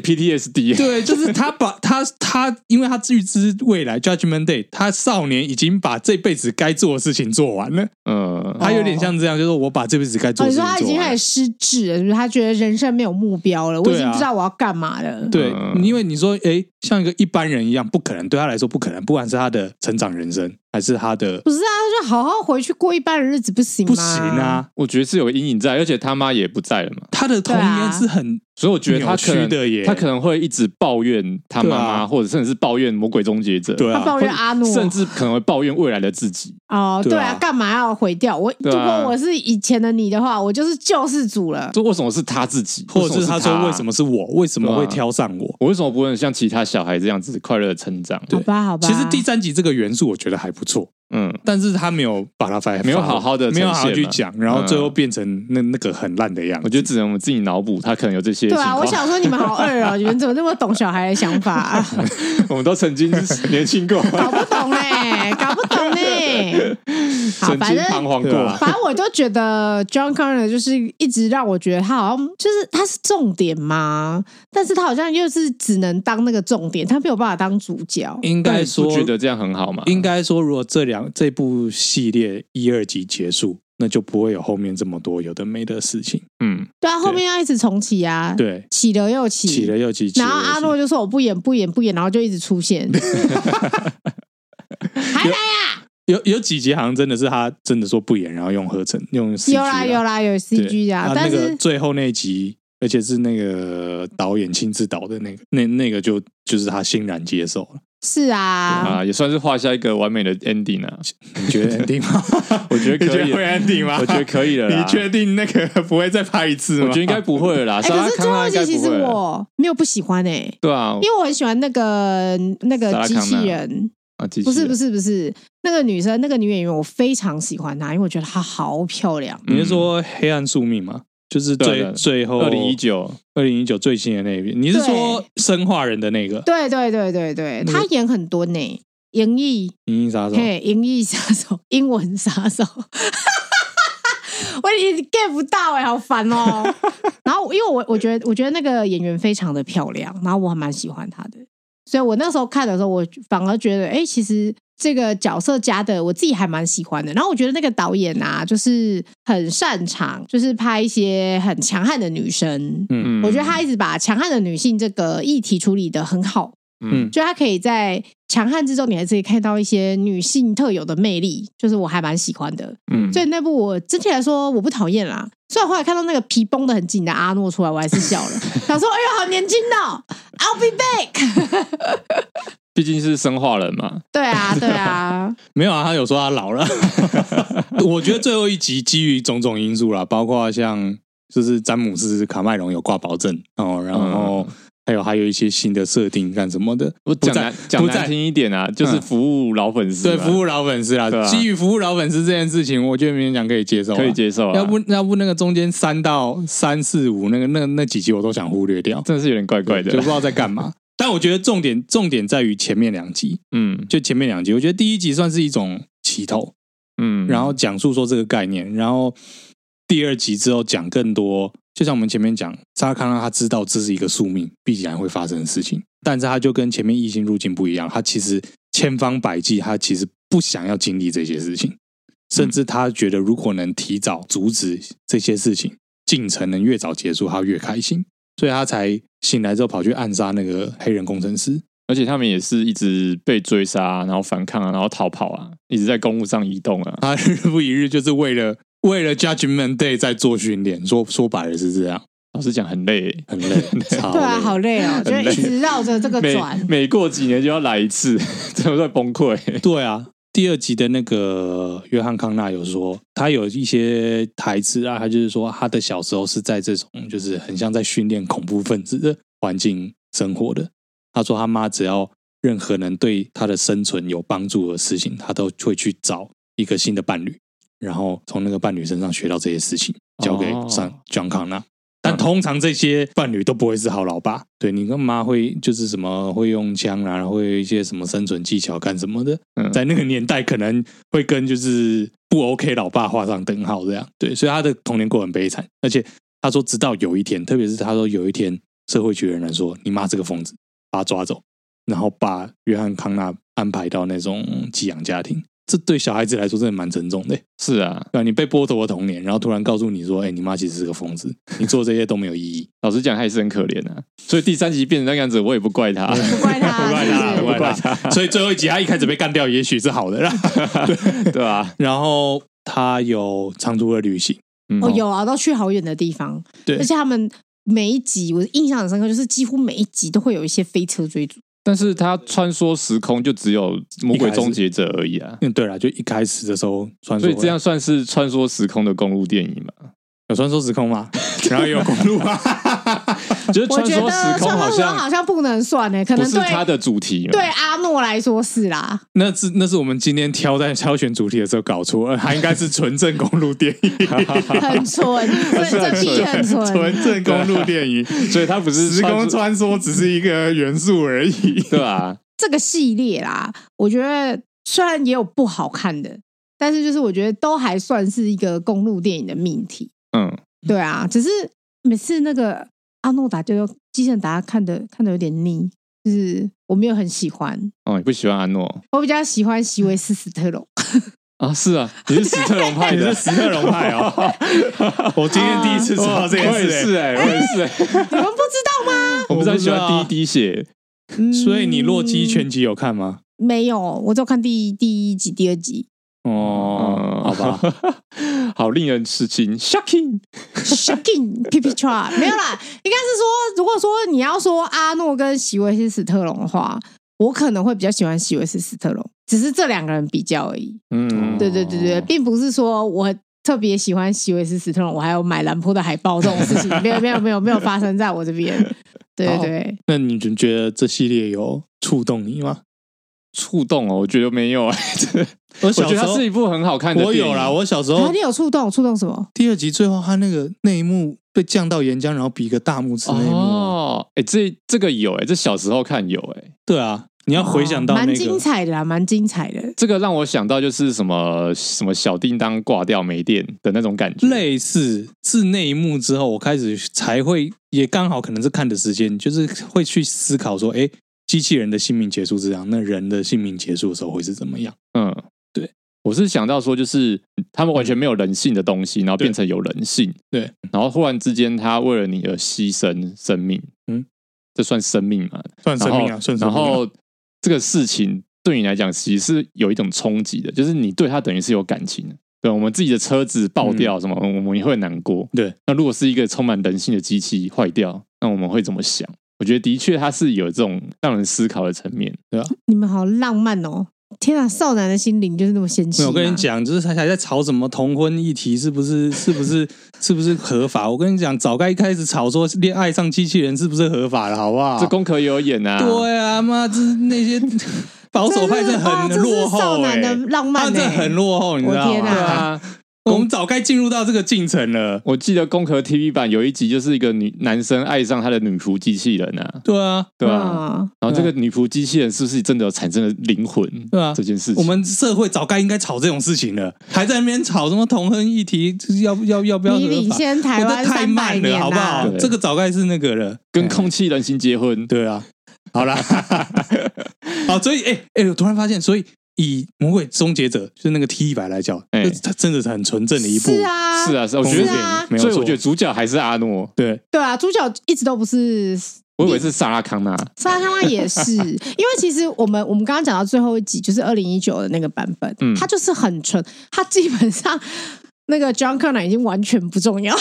Speaker 3: PTSD。
Speaker 4: 对，就是他把他他，因为他预知未来 Judgment Day，他少年已经把这辈子该做的事情做完了，
Speaker 3: 嗯，
Speaker 4: 他有点像这样，就是我把这辈子该
Speaker 2: 哦，
Speaker 4: 做的
Speaker 2: 你
Speaker 4: 事
Speaker 2: 说
Speaker 4: 情
Speaker 2: 他已
Speaker 4: 做
Speaker 2: 经
Speaker 4: 完
Speaker 2: 开
Speaker 4: 了。
Speaker 2: 始失智了，是不是？他觉得人生没有目标了，我已
Speaker 4: 对
Speaker 2: 经
Speaker 4: 啊
Speaker 2: 不知道我要干嘛了。
Speaker 4: 对，
Speaker 3: 嗯
Speaker 4: 因为你说，诶，像一个一般人一样，不可能，对他来说不可能，不管是他的成长人生，还是他的
Speaker 2: 不是啊，他就好好回去过一般的日子不行吗？
Speaker 4: 不行！啊，
Speaker 3: 我觉得是有个阴影在，而且他妈也不在了嘛，
Speaker 4: 他的童
Speaker 2: 啊
Speaker 4: 年是很
Speaker 3: 所以我觉得他可
Speaker 4: 扭曲的
Speaker 3: 能
Speaker 4: 耶
Speaker 3: 他可能会一直抱怨他妈
Speaker 4: 对啊
Speaker 3: 妈，或者甚至是抱怨魔鬼终结者。
Speaker 4: 对
Speaker 2: 他
Speaker 4: 啊
Speaker 2: 抱，怨阿诺，
Speaker 3: 甚至可能会抱怨未来的自己。
Speaker 2: 哦，
Speaker 4: 对啊
Speaker 2: 对啊，干嘛要毁掉我？
Speaker 3: 对啊
Speaker 2: 如果我是以前的你的话，我就是救世主了。
Speaker 3: 这为什么是他自己，
Speaker 4: 或者是他
Speaker 3: 他啊
Speaker 4: 说为什么是我，为什么
Speaker 3: 对啊
Speaker 4: 会挑上我？
Speaker 3: 我为什么不能像其他小孩这样子快乐的成长？
Speaker 2: 好吧，好吧。
Speaker 4: 其实第三集这个元素我觉得还不错，
Speaker 3: 嗯，
Speaker 4: 但是他没有把它发，
Speaker 3: 没有好好地
Speaker 4: 没有好好
Speaker 3: 呈现啊嗯
Speaker 4: 去
Speaker 3: 嘛
Speaker 4: 讲，然后最后变成那那个很烂的样
Speaker 3: 我
Speaker 4: 子。
Speaker 3: 觉得只能我们自己脑补，他可能有这些情
Speaker 2: 对
Speaker 3: 况。
Speaker 2: 啊，我想说你们好二哦，你们怎么那么懂小孩的想法、啊？
Speaker 3: 我们都曾经 是年轻过，
Speaker 2: 搞不懂嘞、搞不懂嘞、好，
Speaker 3: 曾
Speaker 2: 反
Speaker 3: 经
Speaker 2: 正
Speaker 3: 彷徨过
Speaker 4: 对。啊
Speaker 2: 反正我就觉得 John Connor 就是一直让我觉得他好像就是他是重点吗？但是他好像又是只能当那个重点，他没有办法当主角。
Speaker 4: 应
Speaker 3: 但
Speaker 4: 该
Speaker 3: 你
Speaker 4: 说
Speaker 3: 不，觉得这样很好吗？
Speaker 4: 应该说，如果这两这部系列一二集结束，那就不会有后面这么多有的没的事情。
Speaker 3: 嗯，
Speaker 2: 对啊，后面要一直重启啊，
Speaker 4: 对，
Speaker 2: 起了又起，
Speaker 4: 起了又起，起了
Speaker 2: 然
Speaker 4: 又
Speaker 2: 后
Speaker 4: 起
Speaker 2: 阿诺就说我不演不演不演，然后就一直出现，还来
Speaker 4: 有有几集好像真的是他真的说不演，然后用合成用 CG
Speaker 2: 有啦有
Speaker 4: 啦
Speaker 2: 啦有 CG
Speaker 4: 啊
Speaker 2: 啊，，
Speaker 4: 那
Speaker 2: 但
Speaker 4: 个
Speaker 2: 是
Speaker 4: 最后那一集。而且是那个导演亲自导的那个，那那个就就是他欣然接受了。
Speaker 2: 是啊，
Speaker 3: 啊，也算是画下一个完美的 ending 啊。
Speaker 4: 你觉 得 ending 吗？
Speaker 3: 我觉得可以嗯
Speaker 4: 你会 ending 吗？
Speaker 3: 我觉得可以了啦
Speaker 4: 你确定那个不会再拍一次吗？
Speaker 3: 我觉得应该不会了啦，
Speaker 2: 哎，
Speaker 3: 啊莎
Speaker 2: 可
Speaker 3: 拉
Speaker 2: 是最
Speaker 3: 康
Speaker 2: 后
Speaker 3: 纳
Speaker 2: 一
Speaker 3: 应
Speaker 2: 集
Speaker 3: 该
Speaker 2: 其
Speaker 3: 不
Speaker 2: 实
Speaker 3: 会了。
Speaker 2: 我没有不喜欢哎，
Speaker 3: 对啊
Speaker 2: 因，为我很喜欢那个那
Speaker 3: 莎
Speaker 2: 个
Speaker 3: 拉
Speaker 2: 机
Speaker 3: 康纳
Speaker 2: 器人，
Speaker 3: 啊，
Speaker 2: 不是不
Speaker 3: 是，
Speaker 2: 是不是那个女生，那个女演员，我非常喜欢她，因为我觉得她好漂亮。
Speaker 4: 你是说《黑暗宿命》吗？就是
Speaker 3: 对
Speaker 4: 最
Speaker 3: 的
Speaker 4: 最后
Speaker 3: 二零一九
Speaker 4: 二零一九最新的那一篇，你是说生化人的那个
Speaker 2: 对对对对对，
Speaker 4: 那个
Speaker 2: 她演很多呢，银翼
Speaker 4: 银翼杀手？
Speaker 2: 嘿，银翼杀手，英文杀手。我已经 get 不到哎、好烦哦、然后，因为我我觉得，我觉得那个演员非常的漂亮，然后我还蛮喜欢她的，所以我那时候看的时候，我反而觉得，哎、其实这个角色加的我自己还蛮喜欢的。然后我觉得那个导演啊，就是很擅长，就是拍一些很强悍的女生。
Speaker 3: 嗯
Speaker 2: 我觉得他一直把强悍的女性这个议题处理的很好，
Speaker 3: 嗯
Speaker 2: 就他可以在强悍之中，你还是可以看到一些女性特有的魅力，就是我还蛮喜欢的。
Speaker 3: 嗯
Speaker 2: 所以那部我整体来说我不讨厌啦。虽然后来看到那个皮绷得很紧的阿诺出来，我还是笑了，想说：“哎呦，好年轻哦、i l l be back。”
Speaker 3: 毕竟是生化人嘛，
Speaker 2: 对啊，对啊，
Speaker 4: 没有啊，他有说他老 了。我觉得最后一集基于种种因素啦，包括像就是詹姆斯卡麦隆有挂保证哦，然后还有还有一些新的设定干什么的，
Speaker 3: 我
Speaker 4: 不
Speaker 3: 嗯讲
Speaker 4: 在
Speaker 3: 难讲
Speaker 4: 不在
Speaker 3: 难听一点啊，就是服务老粉丝嘛，
Speaker 4: 对服务老粉丝啦，
Speaker 3: 对啊
Speaker 4: 基于服务老粉丝这件事情，我觉得勉强可以接受啊，
Speaker 3: 可以接受啊，
Speaker 4: 要不要不那个中间三到三四五那个那那几集我都想忽略掉，
Speaker 3: 真的是有点怪怪
Speaker 4: 就
Speaker 3: 的
Speaker 4: 不知，道在干嘛。但我觉得重点重点在于前面两集，
Speaker 3: 嗯
Speaker 4: 就前面两集，我觉得第一集算是一种起头，
Speaker 3: 嗯，
Speaker 4: 然后讲述说这个概念，然后第二集之后讲更多，就像我们前面讲，沙康拉他知道这是一个宿命必然会发生的事情，但是他就跟前面异星入境不一样，他其实千方百计，他其实不想要经历这些事情，甚至他觉得如果能提早阻止这些事情，进程能越早结束，他越开心，所以他才醒来之后跑去暗杀那个黑人工程师。
Speaker 3: 而且他们也是一直被追杀，然后反抗啊，然后逃跑啊，一直在公路上移动啊，
Speaker 4: 他日复一日就是为了为了 Judgment Day 在做训练，说说白了是这样，
Speaker 3: 老实讲很累 欸，
Speaker 4: 很累，超
Speaker 2: 对啊，
Speaker 4: 累
Speaker 2: 好累哦，就
Speaker 3: 很累
Speaker 2: 一直绕着这个
Speaker 3: 每
Speaker 2: 转。
Speaker 3: 每过几年就要来一 次，真的在崩溃。
Speaker 4: 对啊。第二集的那个约翰康纳有说，他有一些台词啊，他就是说他的小时候是在这种就是很像在训练恐怖分子的环境生活的。他说他妈只要任何能对他的生存有帮助的事情，他都会去找一个新的伴侣，然后从那个伴侣身上学到这些事情，交给
Speaker 3: 哦嗯
Speaker 4: 上 John Connor。但通常这些伴侣都不会是好老爸，对你跟妈会就是什么会用枪啊，然后会有一些什么生存技巧干什么的，
Speaker 3: 嗯
Speaker 4: 在那个年代可能会跟就是不 OK 老爸画上等号这样。对，所以他的童年过得很悲惨，而且他说直到有一天，特别是他说有一天社会局的人来说，你妈这个疯子，把他抓走，然后把约翰康纳安排到那种寄养家庭，这对小孩子来说真的蛮沉重的、
Speaker 3: 是啊，
Speaker 4: 对、啊，你被剥夺了童年，然后突然告诉你说：“哎、你妈其实是个疯子，你做这些都没有意义。
Speaker 3: 老实讲他也是很可怜啊，所以第三集变成那个样子，我也不怪他，
Speaker 2: 不怪他，
Speaker 4: 不 怪他
Speaker 2: 是
Speaker 4: 不
Speaker 2: 不是
Speaker 4: 怪他”所以最后一集他一开始被干掉，也许是好的啦。
Speaker 3: 对吧？
Speaker 4: 然后他有长途的旅行，
Speaker 3: 嗯
Speaker 2: 哦，有啊，都去好远的地方，
Speaker 4: 对
Speaker 2: 而且他们每一集我印象很深刻，就是几乎每一集都会有一些飞车追逐，
Speaker 3: 但是他穿梭时空就只有魔鬼终结者而已啊，
Speaker 4: 嗯，对了，就一开始的时候穿梭，
Speaker 3: 所以这样算是穿梭时空的公路电影嘛？
Speaker 4: 有穿梭时空吗？然后也有公路吗？
Speaker 3: 就是
Speaker 2: 我
Speaker 3: 穿
Speaker 2: 觉得
Speaker 3: 梭时空好
Speaker 2: 时空好
Speaker 3: 像
Speaker 2: 像不能算呢，可
Speaker 3: 不
Speaker 2: 能
Speaker 3: 是他
Speaker 2: 对
Speaker 3: 的 主题嘛，
Speaker 2: 对阿诺来说是啦，
Speaker 4: 那是那是我们今天挑在挑选主题的时候搞错，了，它应该是纯正公路电影，
Speaker 2: 很纯，这这批很纯，
Speaker 4: 纯正公路电影，
Speaker 3: 啊所以他不是
Speaker 4: 时空
Speaker 3: 穿梭
Speaker 4: 穿梭只是一个元素而已。
Speaker 3: 对啊吧？
Speaker 2: 这个系列啦，我觉得虽然也有不好看的，但是就是我觉得都还算是一个公路电影的命题。
Speaker 3: 嗯，
Speaker 2: 对啊，只是每次那个阿诺达就基圣达看的看的有点腻，就是我没有很喜欢，
Speaker 3: 哦，你不喜欢安诺
Speaker 2: 我比较喜欢席维斯斯 特龙。
Speaker 3: 啊？是啊，你是史特龙派
Speaker 4: 你
Speaker 3: 的，
Speaker 4: 是史特龙派 哦。 我今天第一次知道这件
Speaker 3: 我也是
Speaker 4: 事、欸
Speaker 3: 哎，我也是哎，
Speaker 2: 你们不知道吗？
Speaker 3: 我不知道你喜
Speaker 4: 我不知道啊
Speaker 3: 欢第一滴血，
Speaker 2: 嗯
Speaker 4: 所以你洛基全集有看吗？
Speaker 2: 没有，我就看第一第一集、第二集。
Speaker 4: 哦，好吧，
Speaker 3: 吧，嗯 好令人吃惊，shocking，
Speaker 2: Shocking p i p i t r a 没有啦，应该是说，如果说你要说阿诺跟席维斯史特龙的话，我可能会比较喜欢席维斯史特龙，只是这两个人比较而已。哦
Speaker 3: 嗯，
Speaker 2: 对对对对，并不是说我特别喜欢席维斯史特龙，我还有买兰坡的海报这种事 情，没有没有没有没有发生在我这 边。对对对，
Speaker 4: 那你就觉得这系列有触动你吗？
Speaker 3: 触动哦，我觉得没有哎， 这
Speaker 4: 我
Speaker 3: 我
Speaker 4: 小
Speaker 3: 觉得
Speaker 4: 时
Speaker 3: 它
Speaker 4: 候
Speaker 3: 是一部很好看的，
Speaker 4: 我有啦，。我小时
Speaker 2: 然后
Speaker 4: 候
Speaker 2: 你有触动，触动什么？
Speaker 4: 第二集最后他那个那一幕被降到岩浆，然后比一个大拇指那一幕，
Speaker 3: 哦，哎、这这个有哎、这小时候看有哎、
Speaker 4: 对啊，你要回想到
Speaker 2: 哦
Speaker 4: 那
Speaker 2: 蛮精
Speaker 4: 个。
Speaker 2: 彩的啦，蛮精彩的。
Speaker 3: 这个让我想到就是什么什么小叮当挂掉没电的那种感觉，
Speaker 4: 类似是那一幕之后，我开始才会，也刚好可能是看的时间，就是会去思考说，哎，机器人的性命结束这样，那人的性命结束的时候会是怎么样？
Speaker 3: 嗯，
Speaker 4: 对，
Speaker 3: 我是想到说就是他们完全没有人性的东西，然后变成有人性，
Speaker 4: 嗯对，
Speaker 3: 然后忽然之间他为了你而牺牲生命，
Speaker 4: 嗯
Speaker 3: 嗯，这算生命嘛？
Speaker 4: 算生命
Speaker 3: 然
Speaker 4: 啊，
Speaker 3: 后
Speaker 4: 算生命、啊。
Speaker 3: 然后这个事情对你来讲其实是有一种冲击的，就是你对它等于是有感情的。对我们自己的车子爆
Speaker 4: 嗯
Speaker 3: 掉什么，我们也会难过。
Speaker 4: 对，
Speaker 3: 那如果是一个充满人性的机器坏掉，那我们会怎么想？我觉得的确它是有这种让人思考的层面，对吧？
Speaker 2: 你们好浪漫哦！天啊，少男的心灵就是那么纤细、
Speaker 4: 没
Speaker 2: 啊。
Speaker 4: 有，我跟你，讲，就是他还在吵什么同婚议题是不是 是不是是不是合法？我跟你讲，早该一开始吵说恋爱上机器人是不是合法了，好不好？
Speaker 3: 这功课也有演啊，
Speaker 4: 对啊，妈，这那些保守派真的
Speaker 2: 哇这
Speaker 4: 很落
Speaker 2: 是少
Speaker 4: 后哎、
Speaker 2: 男的浪
Speaker 4: 他
Speaker 2: 漫、欸，
Speaker 4: 们真的很落后，你知道
Speaker 2: 我天
Speaker 4: 吗？
Speaker 2: 哪嗯
Speaker 3: 对啊。
Speaker 4: 我们早该进入到这个进程了。
Speaker 3: 我记得《攻壳 TV 版》有一集就是一个女男生爱上他的女仆机器人啊，
Speaker 4: 对啊，
Speaker 3: 对吧、
Speaker 2: 嗯
Speaker 3: 然后这个女仆机器人是不是真的有产生了灵魂？
Speaker 4: 对啊
Speaker 3: 这件事情，
Speaker 4: 我们社会早该应该吵这种事情了，还在那边吵什么同婚议题，就是要不要要不要
Speaker 2: 你
Speaker 4: 合
Speaker 2: 领
Speaker 4: 法？
Speaker 2: 先台
Speaker 4: 我
Speaker 2: 湾
Speaker 4: 的太
Speaker 2: 三百
Speaker 4: 慢
Speaker 2: 年
Speaker 4: 了，好不好
Speaker 2: 啊
Speaker 3: 对？
Speaker 4: 这个早该是那个了。
Speaker 3: 跟空气人形结婚，
Speaker 4: 对啊，好 啦，好，所以哎哎、我突然发现，所以以《魔鬼终结者》就是那个 T 一百来讲，
Speaker 3: 哎
Speaker 4: 这它真的是很纯正的一部，
Speaker 2: 是啊，
Speaker 3: 是，啊，是啊，我觉得
Speaker 2: 是啊
Speaker 4: 没有
Speaker 3: 所
Speaker 4: 错
Speaker 3: 以我觉得主角还是阿诺，
Speaker 4: 对，
Speaker 2: 对啊，主角一直都不是
Speaker 3: 我以为是萨拉康纳，
Speaker 2: 沙拉香也 是，因为其实我们我们刚刚讲到最后一集，就是二零一九的那个版本，
Speaker 3: 嗯
Speaker 2: 它就是很纯，它基本上那个 John Connor 已经完全不重要，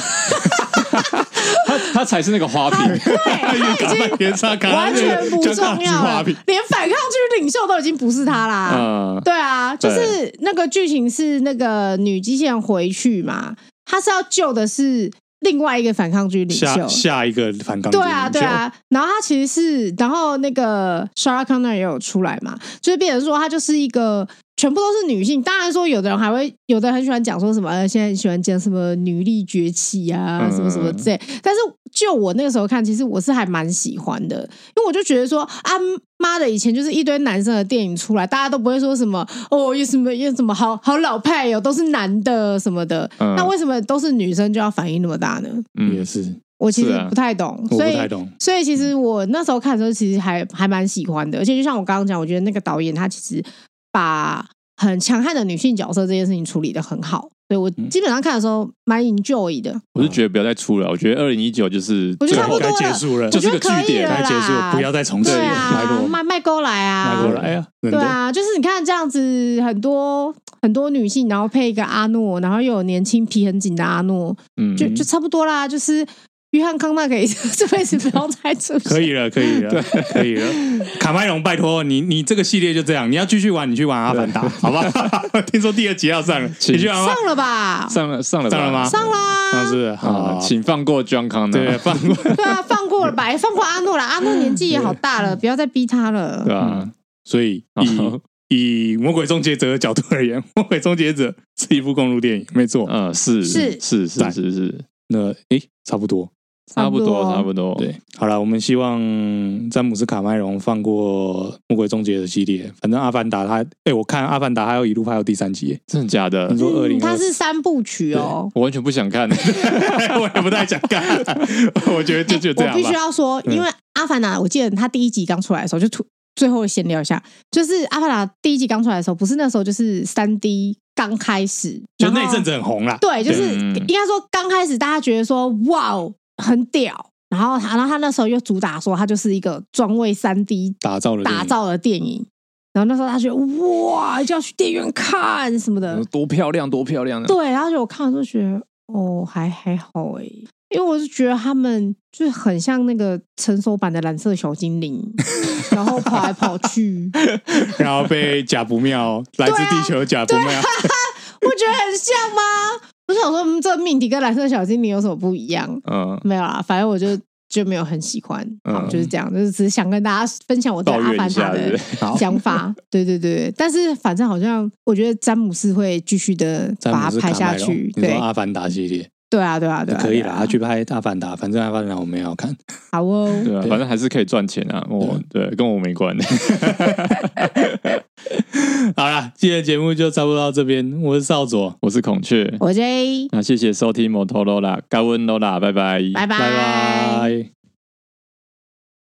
Speaker 3: 他他才是那个花瓶，
Speaker 2: 对，
Speaker 4: 哎
Speaker 2: 他已 经
Speaker 4: 原唱卡
Speaker 2: 完全不重要了，
Speaker 4: 瓶，
Speaker 2: 连反抗军领袖都已经不是他啦。
Speaker 3: 嗯，
Speaker 2: 对啊，就是那个剧情是那个女机器人回去嘛，她是要救的是另外一个反抗军领
Speaker 4: 下
Speaker 2: 袖。
Speaker 4: 下一个反抗
Speaker 2: 对
Speaker 4: 军
Speaker 2: 啊，对啊，然后她其实是，然后那个 Sarah Connor 也有出来嘛，就是变成说她就是一个全部都是女性。当然说，有的人还会，有的人很喜欢讲说什么，呃，现在很喜欢讲什么女力崛起啊，
Speaker 3: 嗯
Speaker 2: 什么什么之类。但是就我那个时候看，其实我是还蛮喜欢的，因为我就觉得说啊，妈的，以前就是一堆男生的电影出来，大家都不会说什么哦，有什么有什么好好老派哦，都是男的什么的，
Speaker 3: 嗯
Speaker 2: 那为什么都是女生就要反应那么大呢？
Speaker 4: 就也
Speaker 3: 嗯，
Speaker 4: 是
Speaker 2: 我其
Speaker 3: 是
Speaker 2: 实
Speaker 3: 啊
Speaker 2: 不太懂，
Speaker 4: 我不
Speaker 2: 所以
Speaker 4: 太懂，嗯
Speaker 2: 所以其实我那时候看的时候，其实还还蛮喜欢的，而且就像我刚刚讲，我觉得那个导演他其实把很强悍的女性角色这件事情处理的很好，所以我
Speaker 4: 嗯
Speaker 2: 基本上看的时候蛮 enjoy 的。
Speaker 3: 我是觉得不要再出了，我觉得二零一九就是
Speaker 2: 我觉
Speaker 3: 最
Speaker 2: 得差不
Speaker 3: 后
Speaker 2: 多
Speaker 4: 该
Speaker 2: 了
Speaker 4: 结束了，
Speaker 2: 我
Speaker 3: 就
Speaker 2: 觉得
Speaker 3: 是个
Speaker 2: 可以
Speaker 3: 据点
Speaker 2: 了
Speaker 4: 该
Speaker 2: 啦，
Speaker 4: 结束了，不要再重
Speaker 2: 对
Speaker 4: 这个脉
Speaker 2: 啊，
Speaker 4: 络
Speaker 2: 卖卖过来啊，
Speaker 4: 迈过来啊，真
Speaker 2: 对
Speaker 4: 的。
Speaker 2: 啊，就是你看这样子，很多很多女性，然后配一个阿诺，然后又有年轻皮很紧的阿诺，
Speaker 3: 嗯，
Speaker 2: 就就差不多啦。就是约翰康纳可以 这辈子不要再出现，
Speaker 4: 可以了，可以了，可以了。卡麦隆，拜托你，你这个系列就这样，你要继续玩，你去玩《阿凡达》，好 吧？听说第二集要上了，
Speaker 3: 请
Speaker 4: 你去玩吧。
Speaker 2: 上了吧？
Speaker 3: 上了上了吧
Speaker 4: 啊上了吗
Speaker 2: 上
Speaker 4: 上
Speaker 2: 啦，
Speaker 4: 次
Speaker 3: 啊
Speaker 4: 好，，
Speaker 3: 请放过 John Connor，
Speaker 4: 对，放过
Speaker 2: 对啊，放过了吧，也放过阿诺啦。阿诺年纪也好大了，不要再逼他了
Speaker 3: 对。吧
Speaker 4: 嗯？所以以
Speaker 3: 好
Speaker 4: 以《魔鬼终结者》的角度而言，《魔鬼终结者》是一部公路电影，没错。
Speaker 3: 嗯，是
Speaker 2: 是
Speaker 3: 是是
Speaker 4: 赞
Speaker 3: 是是，
Speaker 4: 那诶，差不多。
Speaker 3: 差不多
Speaker 2: 差
Speaker 3: 差
Speaker 2: 不
Speaker 3: 不多，
Speaker 4: 对，好了，我们希望詹姆斯卡麦隆放过《魔鬼终结者》系列。反正《阿凡达》他，诶，我看《阿凡达》还要一路拍到第三集耶，
Speaker 3: 真的假的
Speaker 4: 你？说二零
Speaker 2: 它嗯是三部曲哦。
Speaker 3: 我完全不想 看，
Speaker 4: 我也不太想看，我觉得就就这
Speaker 2: 哎我
Speaker 4: 样嗯
Speaker 2: 必须
Speaker 4: 吧。
Speaker 2: 要说，因为《阿凡达》，我记得他第一集刚出来的时候，就突最后闲聊一下，就是《阿凡达》第一集刚出来的时候，不是那时候就是三 D 刚开始，
Speaker 4: 就
Speaker 2: 然后
Speaker 4: 那阵子很红啦，
Speaker 2: 对，就是
Speaker 3: 对嗯
Speaker 2: 应该说刚开始大家觉得说哇哦很屌，然后他然后他那时候又主打说他就是一个专为三 D
Speaker 4: 打造了电影
Speaker 2: 打造的电影，然后那时候他觉得哇就要去电影院看什么的，
Speaker 3: 多漂亮多漂亮啊！
Speaker 2: 对，然后就我看了之后觉得，哦，还还好哎，因为我是觉得他们就是很像那个成熟版的蓝色小精 灵，然后跑来跑去，
Speaker 4: 然后被假不 妙，
Speaker 2: 啊
Speaker 4: 来自地球的假不妙，
Speaker 2: 我觉得很像吗？我想说，嗯，这命题跟蓝色小精灵有什么不一样？
Speaker 3: 嗯，
Speaker 2: 没有啦，反正我就就没有很喜欢，好
Speaker 3: 嗯
Speaker 2: 就是这样，就是只是想跟大家分享我对
Speaker 3: 抱
Speaker 2: 阿
Speaker 3: 怨一
Speaker 2: 凡达
Speaker 3: 下，对不
Speaker 2: 的
Speaker 3: 对？
Speaker 4: 好
Speaker 2: 想 法。对对对，但是反正好像我觉得詹姆斯会继续的
Speaker 4: 詹
Speaker 2: 把
Speaker 4: 姆
Speaker 2: 它
Speaker 4: 斯
Speaker 2: 拍
Speaker 4: 卡
Speaker 2: 下
Speaker 4: 麦隆
Speaker 2: 去，
Speaker 4: 你说
Speaker 2: 对
Speaker 4: 《阿凡达》系列
Speaker 2: 对啊对啊对啊，
Speaker 4: 可以啦，
Speaker 2: 对啊
Speaker 4: 他去拍《阿凡达》，反正《阿凡达》我们也要看。
Speaker 2: 好哦，
Speaker 3: 对啊，
Speaker 4: 对
Speaker 3: 反正还是可以赚钱啊。我对跟我没 关，
Speaker 4: 好啦，今天的节目就差不多到这边，我是少佐，
Speaker 3: 我是孔雀。
Speaker 2: 我 J，
Speaker 3: 那谢谢收听摩托罗拉，高温罗拉，拜拜，
Speaker 2: 拜拜
Speaker 4: 拜拜。